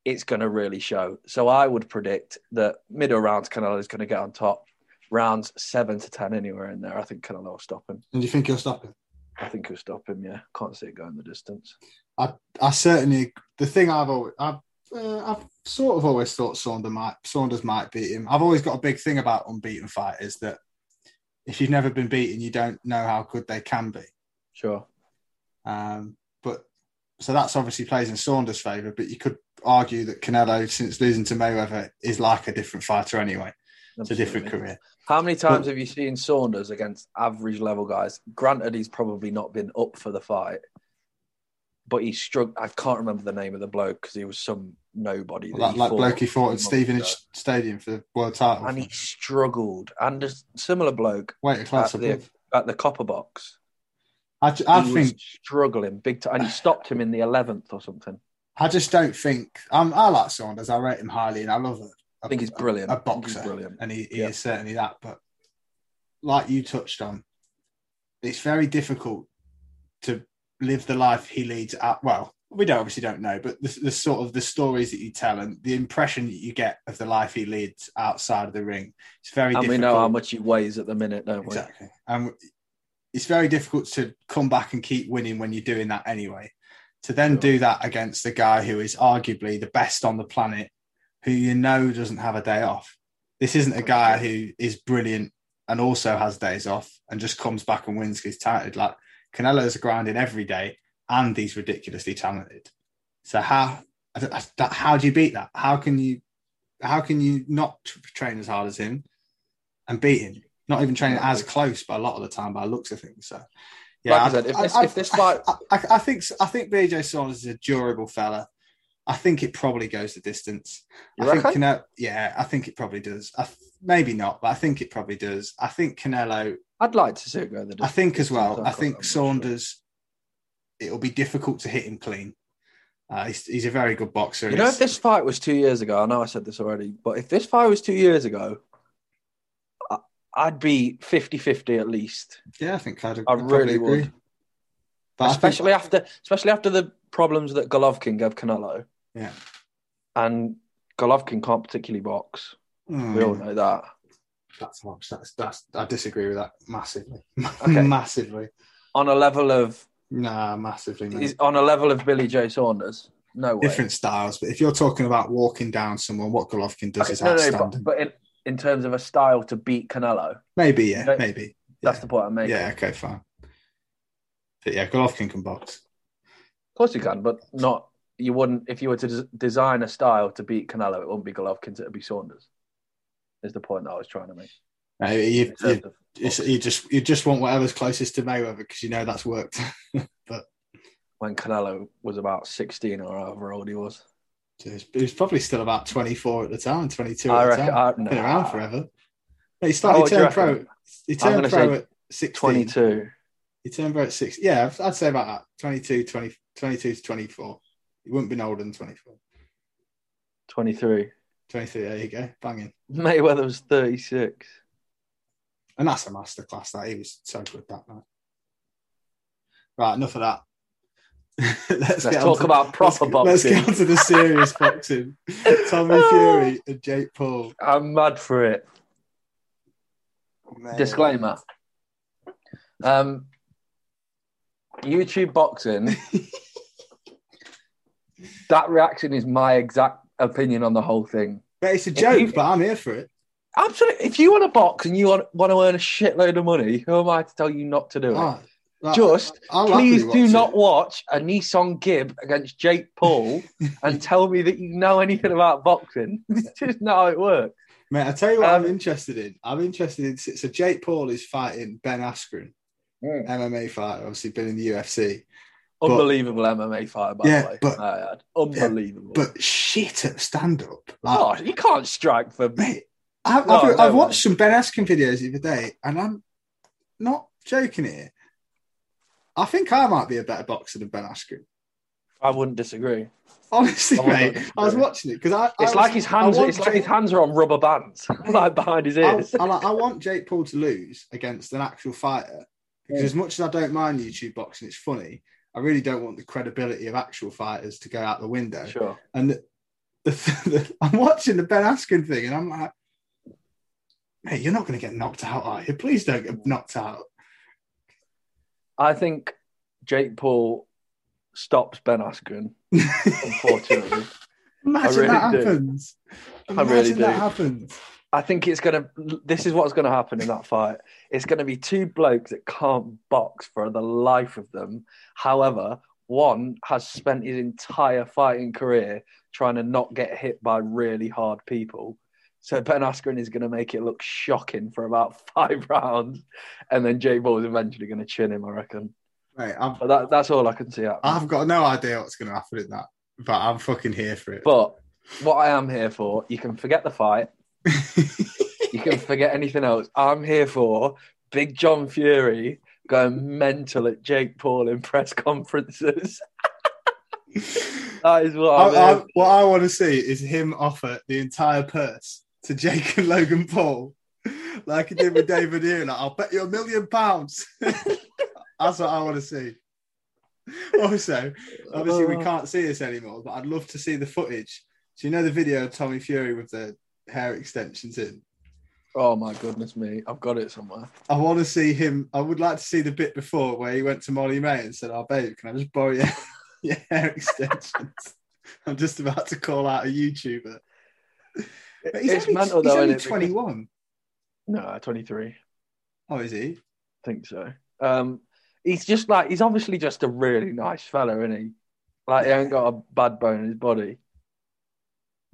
Speaker 2: it's going to really show. So I would predict that middle rounds Canelo is going to get on top. Rounds seven to ten, anywhere in there, I think Canelo will stop him.
Speaker 1: And you think he'll stop him?
Speaker 2: I think he'll stop him. Yeah, can't see it going the distance.
Speaker 1: I certainly. The thing I've always, I've, uh, I've sort of always thought Saunders might, Saunders might beat him. I've always got a big thing about unbeaten fighters that if you've never been beaten, you don't know how good they can be.
Speaker 2: Sure.
Speaker 1: Um, but so that's obviously plays in Saunders' favour. But you could argue that Canelo, since losing to Mayweather, is like a different fighter anyway. It's a different
Speaker 2: Absolutely.
Speaker 1: career.
Speaker 2: How many times have you seen Saunders against average level guys? Granted, he's probably not been up for the fight, but he struck. I can't remember the name of the bloke because he was some nobody.
Speaker 1: Like,
Speaker 2: he
Speaker 1: like
Speaker 2: fought
Speaker 1: bloke he fought at
Speaker 2: months
Speaker 1: Stevenage
Speaker 2: ago.
Speaker 1: Stadium for the world title.
Speaker 2: and he struggled. And a similar bloke
Speaker 1: Wait a class
Speaker 2: at the-
Speaker 1: above.
Speaker 2: at the copper box.
Speaker 1: I, ju- I
Speaker 2: he
Speaker 1: think
Speaker 2: was struggling big time, and he stopped him in the eleventh or something.
Speaker 1: I just don't think I'm, I like Saunders. I rate him highly, and I love it.
Speaker 2: I think he's brilliant.
Speaker 1: a
Speaker 2: I think he's
Speaker 1: boxer.
Speaker 2: brilliant.
Speaker 1: and he, he
Speaker 2: Yeah.
Speaker 1: is certainly that. But like you touched on, it's very difficult to live the life he leads. At, well, we don't obviously don't know, but the, the sort of the stories that you tell and the impression that you get of the life he leads outside of the ring, it's very
Speaker 2: And we
Speaker 1: difficult.
Speaker 2: know how much he weighs at the minute, don't we?
Speaker 1: exactly, and it's very difficult to come back and keep winning when you're doing that anyway. To then
Speaker 2: Sure.
Speaker 1: do that against the guy who is arguably the best on the planet, who you know doesn't have a day off. This isn't a guy who is brilliant and also has days off and just comes back and wins because he's talented. Like Canelo's grinding every day and he's ridiculously talented. So how I don't- I- that- how do you beat that? How can you how can you not t- train as hard as him and beat him? Not even training as close, but a lot of the time by looks of things. So
Speaker 2: Like I said, if this- if this fight-
Speaker 1: I, I, I think I think BJ Saunders is a durable fella. I think it probably goes the distance.
Speaker 2: You
Speaker 1: I think
Speaker 2: reckon?
Speaker 1: Canelo, yeah, I think it probably does. I, th- maybe not, but I think it probably does. I think Canelo.
Speaker 2: I'd like to see it go the
Speaker 1: I
Speaker 2: distance.
Speaker 1: think as well.
Speaker 2: Sometimes
Speaker 1: I
Speaker 2: I'm not
Speaker 1: think
Speaker 2: sure.
Speaker 1: Saunders. It'll be difficult to hit him clean. Uh, he's, he's a very good boxer.
Speaker 2: You know, if
Speaker 1: He's-
Speaker 2: this fight was two years ago, I know I said this already, but if this fight was two years ago, I, I'd be 50 50 at least.
Speaker 1: yeah, I think I'd,
Speaker 2: I
Speaker 1: I'd probably
Speaker 2: really
Speaker 1: agree.
Speaker 2: would.
Speaker 1: But I think-
Speaker 2: especially after especially after the problems that Golovkin gave Canelo.
Speaker 1: Yeah.
Speaker 2: And Golovkin can't particularly box.
Speaker 1: Mm,
Speaker 2: We all know that.
Speaker 1: that's, harsh. that's that's I disagree with that massively,
Speaker 2: Okay.
Speaker 1: massively.
Speaker 2: On a level of
Speaker 1: Nah, massively. mate.
Speaker 2: is on a level of Billy J Saunders, no way.
Speaker 1: Mm. Different styles, but if you're talking about walking down someone, what Golovkin does
Speaker 2: Okay,
Speaker 1: is
Speaker 2: no, no,
Speaker 1: outstanding.
Speaker 2: but, but in, in terms of a style to beat Canelo,
Speaker 1: Maybe, yeah,
Speaker 2: No.
Speaker 1: maybe.
Speaker 2: that's
Speaker 1: Yeah.
Speaker 2: the point I'm making.
Speaker 1: Yeah, okay, fine. But yeah, Golovkin can box.
Speaker 2: Of course you can, but not you wouldn't if you were to des- design a style to beat Canelo, it wouldn't be Golovkin, it'd be Saunders. Is the point that I was trying to make.
Speaker 1: Uh, you,
Speaker 2: in terms
Speaker 1: you,
Speaker 2: of
Speaker 1: it's-
Speaker 2: boxing.
Speaker 1: you just you just want whatever's closest to Mayweather because you know that's worked.
Speaker 2: when Canelo was about sixteen or however old he was,
Speaker 1: So it's- It was probably still about 24 at the time, 22 at
Speaker 2: I
Speaker 1: the
Speaker 2: reckon.
Speaker 1: time.
Speaker 2: I,
Speaker 1: Been
Speaker 2: nah.
Speaker 1: around forever. No, he
Speaker 2: How
Speaker 1: started. He
Speaker 2: old do
Speaker 1: turned
Speaker 2: you
Speaker 1: pro.
Speaker 2: reckon?
Speaker 1: He
Speaker 2: I'm
Speaker 1: turned
Speaker 2: gonna
Speaker 1: pro
Speaker 2: say
Speaker 1: at 16.
Speaker 2: 22.
Speaker 1: He turned pro at six. Yeah, I'd- I'd say about that. 22, 20, 22 to 24. He wouldn't been older than 24.
Speaker 2: 23.
Speaker 1: 23. There you go, banging.
Speaker 2: Mayweather was 36.
Speaker 1: And that's a masterclass. That he was so good that night. Right, enough of that. let's
Speaker 2: Let's
Speaker 1: get on
Speaker 2: talk
Speaker 1: to-
Speaker 2: about proper
Speaker 1: let's,
Speaker 2: boxing.
Speaker 1: Let's get on to the serious boxing. Tommy Fury and Jake Paul.
Speaker 2: I'm mad for it. Disclaimer. Um, YouTube boxing. that reaction is my exact opinion on the whole thing.
Speaker 1: But it's a
Speaker 2: If
Speaker 1: joke,
Speaker 2: you-
Speaker 1: but I'm here for it.
Speaker 2: Absolutely. If you want to box and you want, want to earn a shitload of money, who am I to tell you not to do it?
Speaker 1: Ah, right.
Speaker 2: Just
Speaker 1: I'll happily
Speaker 2: please do
Speaker 1: watch
Speaker 2: not
Speaker 1: it.
Speaker 2: watch a Nissan Gibb against Jake Paul and tell me that you know anything about boxing. It's just not how it works.
Speaker 1: Mate, I tell you what I'm
Speaker 2: Um,
Speaker 1: interested in. I'm interested in so Jake Paul is fighting Ben Askren, MMA fighter, obviously been in the UFC, Mm. But-
Speaker 2: Unbelievable MMA fighter, by
Speaker 1: Yeah,
Speaker 2: the way.
Speaker 1: but-
Speaker 2: I had. Unbelievable.
Speaker 1: but shit at stand up.
Speaker 2: oh, you can't strike for
Speaker 1: mate, I've,
Speaker 2: No,
Speaker 1: I've,
Speaker 2: no,
Speaker 1: I've
Speaker 2: no.
Speaker 1: watched some Ben Askren videos the other day, and I'm not joking here. I think I might be a better boxer than Ben Askren.
Speaker 2: I wouldn't disagree.
Speaker 1: Honestly,
Speaker 2: I wouldn't
Speaker 1: mate, I was
Speaker 2: disagree.
Speaker 1: watching it because I. I
Speaker 2: It's
Speaker 1: was-
Speaker 2: like his hands
Speaker 1: I want
Speaker 2: it's like his
Speaker 1: Jake-
Speaker 2: hands are on rubber bands, like behind his ears.
Speaker 1: I, I, like- I want Jake Paul to lose against an actual fighter because
Speaker 2: Yeah.
Speaker 1: as much as I don't mind YouTube boxing, it's funny. I really don't want the credibility of actual fighters to go out the window.
Speaker 2: sure.
Speaker 1: And the, the, the, I'm watching the Ben Askren thing, and I'm like, "Mate, you're not going to get knocked out, are you? Please don't get knocked out."
Speaker 2: I think Jake Paul stops Ben Askren, unfortunately.
Speaker 1: Imagine
Speaker 2: really
Speaker 1: that
Speaker 2: do.
Speaker 1: happens.
Speaker 2: I
Speaker 1: Imagine
Speaker 2: really
Speaker 1: that
Speaker 2: do.
Speaker 1: happens.
Speaker 2: I think it's gonna. This is what's gonna happen in that fight. It's gonna be two blokes that can't box for the life of them. However, one has spent his entire fighting career trying to not get hit by really hard people. So Ben Askren is gonna make it look shocking for about five rounds, and then Jay Ball is eventually gonna chin him. I reckon.
Speaker 1: Mate, I've,
Speaker 2: But that, that's all I can see. happening.
Speaker 1: I've got no idea what's going to happen in that, but I'm fucking here for it.
Speaker 2: But what I am here for, you can forget the fight. you can forget anything else. I'm here for Big John Fury going mental at Jake Paul in press conferences. that is what I'm
Speaker 1: I,
Speaker 2: here
Speaker 1: I, what I want to see is him offer the entire purse to Jake and Logan Paul, like he did with David Ear. Like, I'll bet you a million pounds. That's what I want to see. Also, obviously,
Speaker 2: Uh.
Speaker 1: we can't see this anymore, but I'd love to see the footage. So, you know, the video of Tommy Fury with the hair extensions in.
Speaker 2: Oh my goodness me! I've got it somewhere.
Speaker 1: I want to see him. I would like to see the bit before where he went to Molly May and said, Oh, babe, can I just borrow your, your hair extensions? I'm just about to call out a YouTuber. But he's
Speaker 2: it's
Speaker 1: only,
Speaker 2: mental
Speaker 1: he's
Speaker 2: though,
Speaker 1: only
Speaker 2: isn't it?
Speaker 1: 21.
Speaker 2: No, 23.
Speaker 1: Oh, is he?
Speaker 2: think so. Um, he's just like he's obviously just a really nice fella, isn't he? Like he ain't got a bad bone in his body.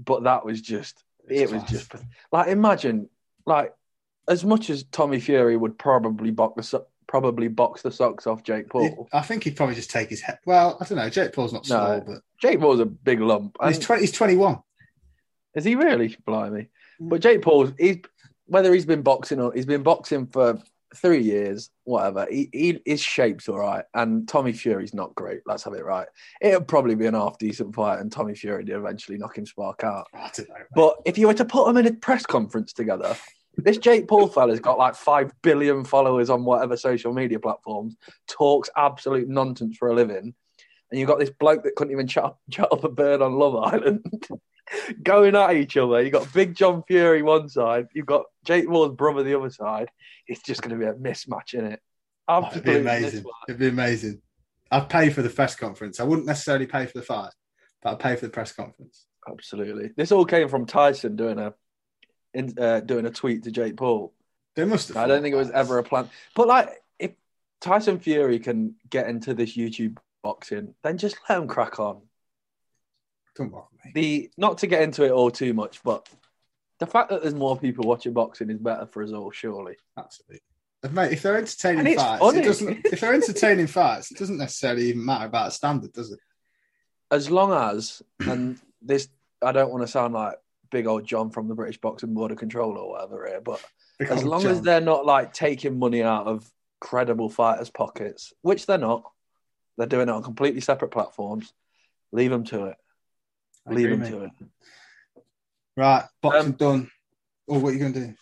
Speaker 2: But that was just it
Speaker 1: It's
Speaker 2: was
Speaker 1: class.
Speaker 2: just like imagine like as much as Tommy Fury would probably box the so- probably box the socks off Jake Paul.
Speaker 1: I think he'd probably just take his head. Well, I don't know. Jake Paul's not small,
Speaker 2: No.
Speaker 1: but
Speaker 2: Jake Paul's a big lump.
Speaker 1: and
Speaker 2: and-
Speaker 1: he's 20, he's 21.
Speaker 2: Is he really? Blimey.
Speaker 1: Mm.
Speaker 2: But Jake Paul's he's whether he's been boxing or he's been boxing for three years, whatever. He, he his shape's all right, and Tommy Fury's not great. Let's have it right. It'll probably be an half decent fight, and Tommy Fury did eventually knock him spark out.
Speaker 1: Oh, I don't know, mate.
Speaker 2: But if you were to put them in a press conference together, this Jake Paul fella's got like five billion followers on whatever social media platforms, talks absolute nonsense for a living, and you've got this bloke that couldn't even chat, chat up a bird on Love Island. Going at each other, you've got Big John Fury one side, you've got Jake Paul's brother the other side. It's just going to be a mismatch, isn't it?
Speaker 1: Oh, it'd be amazing. It'd be amazing. I'd pay for the press conference. I wouldn't necessarily pay for the fight, but I'd pay for the press conference.
Speaker 2: Absolutely. This all came from Tyson doing a in, uh, doing a tweet to Jake Paul.
Speaker 1: They must have.
Speaker 2: I don't think it was ever a plan. But like, if Tyson Fury can get into this YouTube boxing, then just let him crack on.
Speaker 1: Come on, mate.
Speaker 2: The not to get into it all too much, but the fact that there's more people watching boxing is better for us all, surely.
Speaker 1: Absolutely. And Mate, if they're
Speaker 2: And
Speaker 1: entertaining
Speaker 2: it's
Speaker 1: fights,
Speaker 2: funny.
Speaker 1: it doesn't. If they're entertaining fights, it doesn't necessarily even matter about standard, does it?
Speaker 2: As long as and this, I don't want to sound like big old John from the British Boxing Board of Control or whatever here, but
Speaker 1: They
Speaker 2: as
Speaker 1: call
Speaker 2: long
Speaker 1: John.
Speaker 2: as they're not like taking money out of credible fighters' pockets, which they're not, they're doing it on completely separate platforms. Leave them to it.
Speaker 1: I
Speaker 2: Leave
Speaker 1: agree, mate.
Speaker 2: them to it.
Speaker 1: Right, boxing
Speaker 2: Um,
Speaker 1: done. Oh, what are you going to do?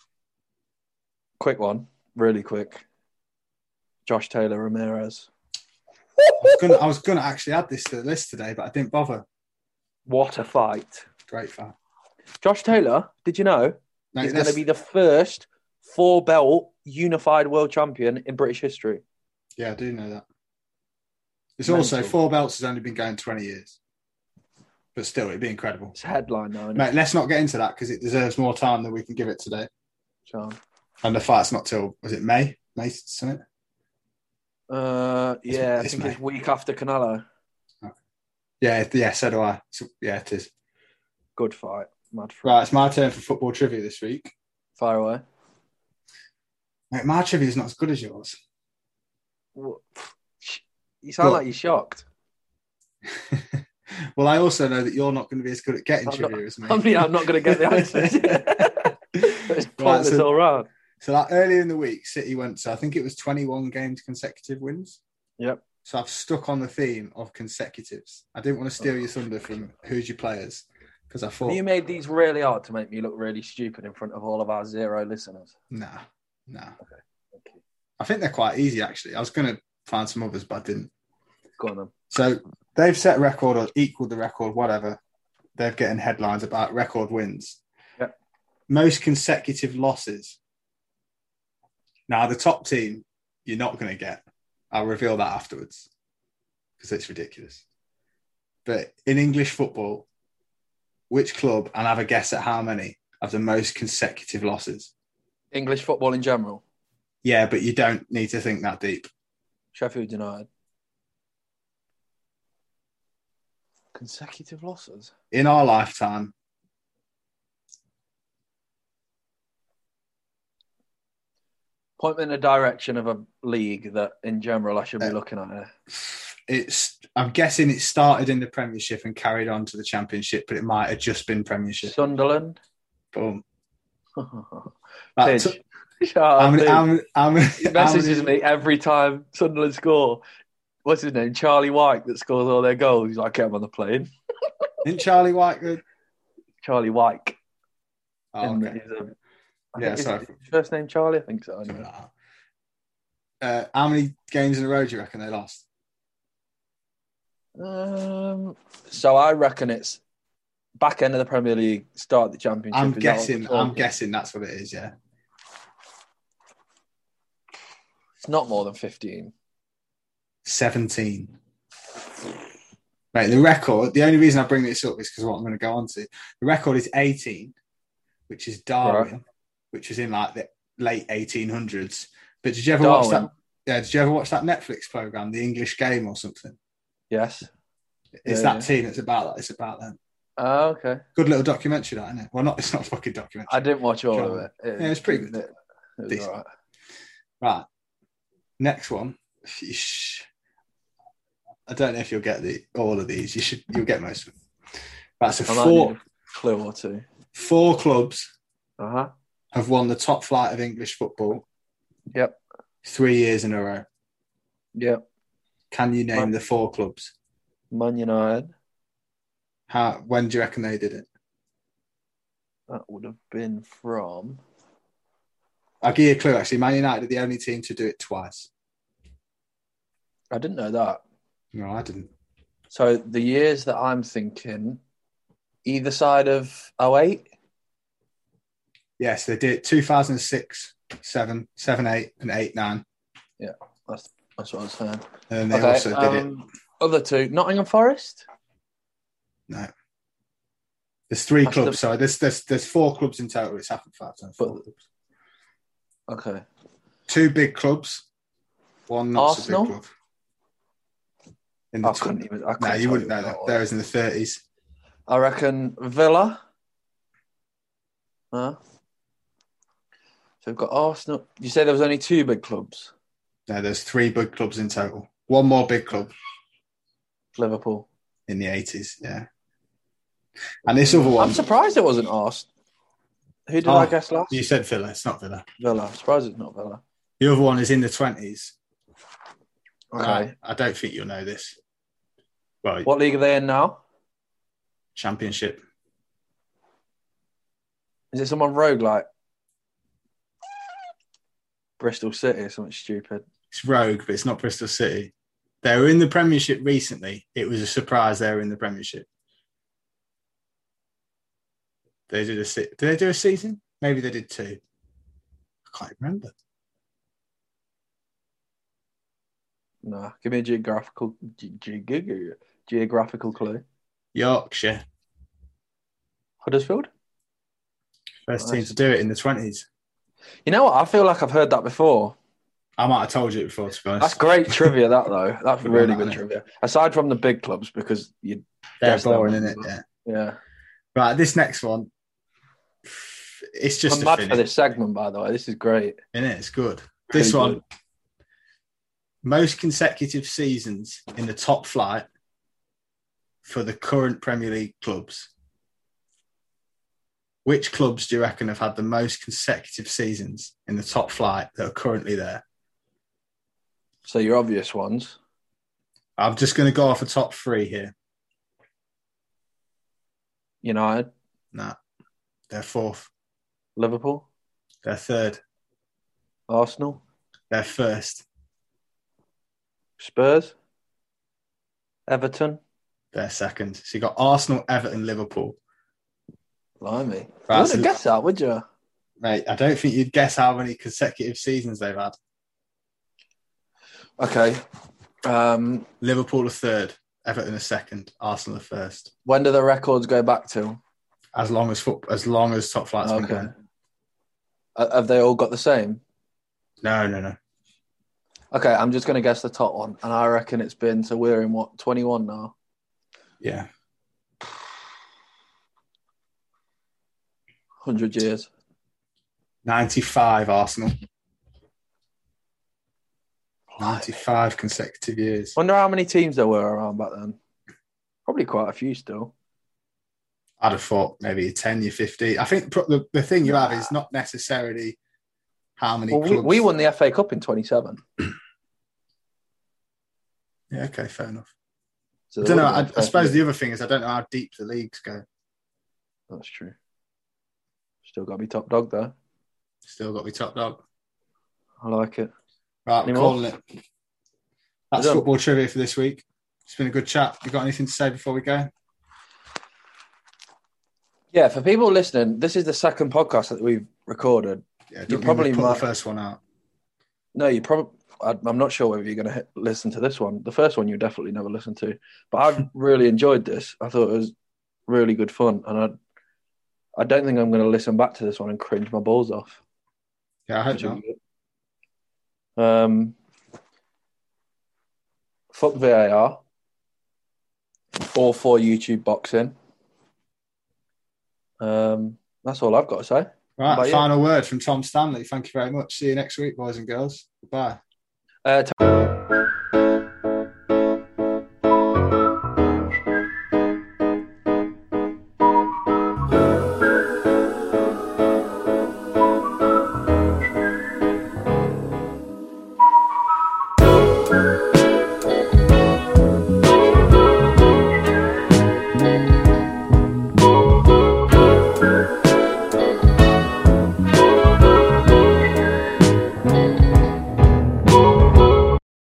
Speaker 2: Quick one, really quick. Josh Taylor Ramirez.
Speaker 1: I was gonna- I was going to actually add this to the list today, but I didn't bother.
Speaker 2: What a fight!
Speaker 1: Great fight.
Speaker 2: Josh Taylor, did you know
Speaker 1: Mate,
Speaker 2: he's going to
Speaker 1: that's-
Speaker 2: be the first four belt unified world champion in British history?
Speaker 1: Yeah, I do know that. It's
Speaker 2: Mental.
Speaker 1: also four belts has only been going 20 years, but still, it'd be incredible.
Speaker 2: It's a headline now, isn't it,
Speaker 1: Mate, let's not get into that because it deserves more time than we can give it today.
Speaker 2: Sean?
Speaker 1: And the fight's not till, was it May? May summit?
Speaker 2: Uh,
Speaker 1: It's-
Speaker 2: yeah, I
Speaker 1: it's
Speaker 2: think
Speaker 1: May.
Speaker 2: it's week after Canelo.
Speaker 1: Yeah, it- yeah, so do I. So- yeah, it is.
Speaker 2: Good fight, mad fight.
Speaker 1: Right, it's my turn for football trivia this week.
Speaker 2: Fire away.
Speaker 1: Mate, my trivia is not as good as yours.
Speaker 2: What? You sound
Speaker 1: What?
Speaker 2: like you're shocked.
Speaker 1: well, I also know that you're not going to be as good at getting
Speaker 2: I'm not-
Speaker 1: trivia as me.
Speaker 2: I mean, I'm not going to get the answers. it's pointless
Speaker 1: so-
Speaker 2: all round.
Speaker 1: So that earlier in the week, City went to I think it was 21 games consecutive wins.
Speaker 2: Yep.
Speaker 1: So I've stuck on the theme of consecutives. I didn't want to steal your thunder from who's your players because I thought,
Speaker 2: You made these really hard to make me look really stupid in front of all of our zero listeners.
Speaker 1: nah, nah.
Speaker 2: Okay.
Speaker 1: I think they're quite easy actually. I was going to find some others, but I didn't.
Speaker 2: Go on then.
Speaker 1: So they've set record or equaled the record, whatever. They're getting headlines about record wins.
Speaker 2: Yep.
Speaker 1: Most consecutive losses. Now the top team, you're not going to get. I'll reveal that afterwards because it's ridiculous. But in English football, which club and have a guess at how many of the most consecutive losses?
Speaker 2: English football in general.
Speaker 1: Yeah, but you don't need to think that deep.
Speaker 2: Sheffield United. Consecutive losses.
Speaker 1: In our lifetime,
Speaker 2: Point me in the direction of a league that, in general, I should be
Speaker 1: Uh,
Speaker 2: looking at. here.
Speaker 1: it's I'm guessing it started in the Premiership and carried on to the Championship, but it might have just been Premiership.
Speaker 2: Sunderland.
Speaker 1: Boom. Right,
Speaker 2: Pitch.
Speaker 1: so-
Speaker 2: Shout
Speaker 1: how
Speaker 2: out
Speaker 1: many-
Speaker 2: Pitch.
Speaker 1: how many- how many-
Speaker 2: He
Speaker 1: how
Speaker 2: messages
Speaker 1: many-
Speaker 2: me every time Sunderland score. What's his name? Charlie White that scores all their goals. He's like, get him on the plane.
Speaker 1: Didn't Charlie White go?
Speaker 2: Charlie White.
Speaker 1: Oh,
Speaker 2: And
Speaker 1: okay.
Speaker 2: he's, um, I
Speaker 1: Yeah,
Speaker 2: think his-
Speaker 1: sorry.
Speaker 2: his first name Charlie? I think so.
Speaker 1: Something
Speaker 2: anyway.
Speaker 1: like that. Uh, how many games in a row do you reckon they lost?
Speaker 2: Um, so I reckon it's back end of the Premier League, start the Championship.
Speaker 1: I'm
Speaker 2: Is that what
Speaker 1: guessing.
Speaker 2: we're
Speaker 1: I'm
Speaker 2: talking?
Speaker 1: guessing that's what it is. Yeah.
Speaker 2: It's not more than 15.
Speaker 1: 17. Right, the record, the only reason I bring this up is because what I'm going to go on to. The record is 18, which is Darwin, which was in like the late 1800s. But did you ever watch
Speaker 2: Darwin.
Speaker 1: that? Yeah, did you ever watch that Netflix program, The English Game or something?
Speaker 2: Yes.
Speaker 1: It's
Speaker 2: Yeah,
Speaker 1: that
Speaker 2: yeah.
Speaker 1: team. It's about that. It's about them.
Speaker 2: Oh, okay.
Speaker 1: Good little documentary, that isn't it? Well, not. It's not a fucking
Speaker 2: I
Speaker 1: documentary.
Speaker 2: didn't watch all of it.
Speaker 1: Yeah, it's pretty good.
Speaker 2: It, it was
Speaker 1: Decent.
Speaker 2: all right.
Speaker 1: Right. Next one. You sh- I don't know if you'll get the all of these. You should. You'll get most of them. That's a
Speaker 2: I might
Speaker 1: four.
Speaker 2: need a clue or two.
Speaker 1: four clubs
Speaker 2: Uh huh.
Speaker 1: have won the top flight of English football
Speaker 2: Yep.
Speaker 1: Three years in a row.
Speaker 2: Yeah.
Speaker 1: Can you name
Speaker 2: Man-
Speaker 1: the four clubs?
Speaker 2: Man United.
Speaker 1: How? When do you reckon they did it?
Speaker 2: That would have been from.
Speaker 1: I'll give you a clue. Actually, Man United are the only team to do it twice.
Speaker 2: I didn't know that.
Speaker 1: No, I didn't.
Speaker 2: So the years that I'm thinking, either side of 08,
Speaker 1: Yes, they did. 2006, 7, 7, 8, and 8, 9.
Speaker 2: that's what I was saying.
Speaker 1: And then they
Speaker 2: Okay,
Speaker 1: also did it.
Speaker 2: um, Other two, Nottingham Forest.
Speaker 1: No. There's three
Speaker 2: That's the-
Speaker 1: clubs. Sorry, there's, there's there's four clubs in total. It's happened five times. Four
Speaker 2: But-
Speaker 1: clubs.
Speaker 2: Okay.
Speaker 1: Two big clubs, one not so
Speaker 2: Arsenal?
Speaker 1: big club. In the
Speaker 2: I
Speaker 1: tw-
Speaker 2: couldn't even. I couldn't
Speaker 1: no,
Speaker 2: tell
Speaker 1: you wouldn't know
Speaker 2: what
Speaker 1: that.
Speaker 2: was.
Speaker 1: There was in the 30s.
Speaker 2: I reckon Villa. Huh? So we've got Arsenal. You said there was only two big clubs.
Speaker 1: No, there's three big clubs in total. One more big club
Speaker 2: Liverpool.
Speaker 1: in the 80s. Yeah. And this other one,
Speaker 2: I'm surprised it wasn't Arsenal. Who did I
Speaker 1: Um, Oh,
Speaker 2: guess last?
Speaker 1: you said Villa. It's not Villa.
Speaker 2: Villa. I'm surprised it's not Villa.
Speaker 1: The other one is in the 20s.
Speaker 2: Okay.
Speaker 1: Uh, I don't think you'll know this. Well,
Speaker 2: What league are they in now?
Speaker 1: championship.
Speaker 2: Is it someone rogue like Bristol City or something stupid?
Speaker 1: It's rogue, but it's not Bristol City. They were in the Premiership recently. It was a surprise they were in the Premiership. They did a se- did they do a season? Maybe they did two. I can't remember.
Speaker 2: Nah. Give me a geographical ge- ge- geographical clue.
Speaker 1: Yorkshire,
Speaker 2: Huddersfield.
Speaker 1: first team
Speaker 2: Nice.
Speaker 1: to do it in the twenties.
Speaker 2: You know what? I feel like I've heard that before.
Speaker 1: I might have told you it before, to be
Speaker 2: That's
Speaker 1: honest.
Speaker 2: great trivia, that though. That's
Speaker 1: Good
Speaker 2: really
Speaker 1: one,
Speaker 2: good
Speaker 1: isn't it?
Speaker 2: trivia. Aside from the big clubs, because you,
Speaker 1: They're
Speaker 2: Yes, that
Speaker 1: boring,
Speaker 2: one.
Speaker 1: isn't it? Yeah.
Speaker 2: yeah.
Speaker 1: Right, this next one. It's just
Speaker 2: I'm
Speaker 1: a
Speaker 2: mad
Speaker 1: finish,
Speaker 2: for this segment, by the way. This is great.
Speaker 1: isn't it? It's good. This
Speaker 2: Really
Speaker 1: one, most consecutive seasons in the top flight for the current Premier League clubs. Which clubs do you reckon have had the most consecutive seasons in the top flight that are currently there?
Speaker 2: So your obvious ones.
Speaker 1: I'm just going to go off a top three here.
Speaker 2: United,
Speaker 1: Nah, they're fourth,
Speaker 2: Liverpool,
Speaker 1: they're third,
Speaker 2: Arsenal,
Speaker 1: they're first,
Speaker 2: Spurs, Everton.
Speaker 1: they're second. So you got Arsenal, Everton, Liverpool.
Speaker 2: Blimey.
Speaker 1: Right,
Speaker 2: you wouldn't
Speaker 1: so-
Speaker 2: guess that, would you?
Speaker 1: Mate, I don't think you'd guess how many consecutive seasons they've had.
Speaker 2: Okay. Um,
Speaker 1: Liverpool are third, Everton are second, Arsenal are first.
Speaker 2: when do the records go back to?
Speaker 1: As long as foot, as long as top flight's been
Speaker 2: okay.
Speaker 1: going.
Speaker 2: Uh, have they all got the same?
Speaker 1: No, no, no.
Speaker 2: Okay, I'm just going to guess the top one. And I reckon it's been, so we're in what, 21 now?
Speaker 1: Yeah,
Speaker 2: 100 years.
Speaker 1: ninety-five Arsenal. Ninety-five consecutive years.
Speaker 2: Wonder how many teams there were around back then. Probably quite a few still.
Speaker 1: I'd have thought maybe your ten, your fifteen. I think pro- the, the thing you have is not necessarily how many
Speaker 2: Well, we,
Speaker 1: clubs.
Speaker 2: we won the FA Cup in 27.
Speaker 1: Yeah, okay, fair enough.
Speaker 2: So
Speaker 1: I don't know.
Speaker 2: there
Speaker 1: I,
Speaker 2: would've been
Speaker 1: I
Speaker 2: a fair
Speaker 1: suppose
Speaker 2: few.
Speaker 1: the other thing is I don't know how deep the leagues go.
Speaker 2: That's true. Still got to be top dog though.
Speaker 1: Still got to be top dog.
Speaker 2: I like it.
Speaker 1: Right, we're
Speaker 2: Any more?
Speaker 1: calling it. That's
Speaker 2: done.
Speaker 1: football trivia for this week. It's been a good chat. You got anything to say before we go?
Speaker 2: Yeah, for people listening, this is the second podcast that we've recorded.
Speaker 1: Yeah,
Speaker 2: You
Speaker 1: don't
Speaker 2: probably
Speaker 1: put
Speaker 2: might-
Speaker 1: the first one out.
Speaker 2: No, you probably. I'm not sure whether you're going to listen to this one. The first one you definitely never listened to, but I've really enjoyed this. I thought it was really good fun, and I, I don't think I'm going to listen back to this one and cringe my balls off.
Speaker 1: Yeah, I hope not.
Speaker 2: Um, fuck VAR. All for YouTube boxing. Um, that's all I've got to say.
Speaker 1: Right,
Speaker 2: about you?
Speaker 1: final word from Tom Stanley. Thank you very much. See you next week, boys and girls. Goodbye.
Speaker 2: Uh,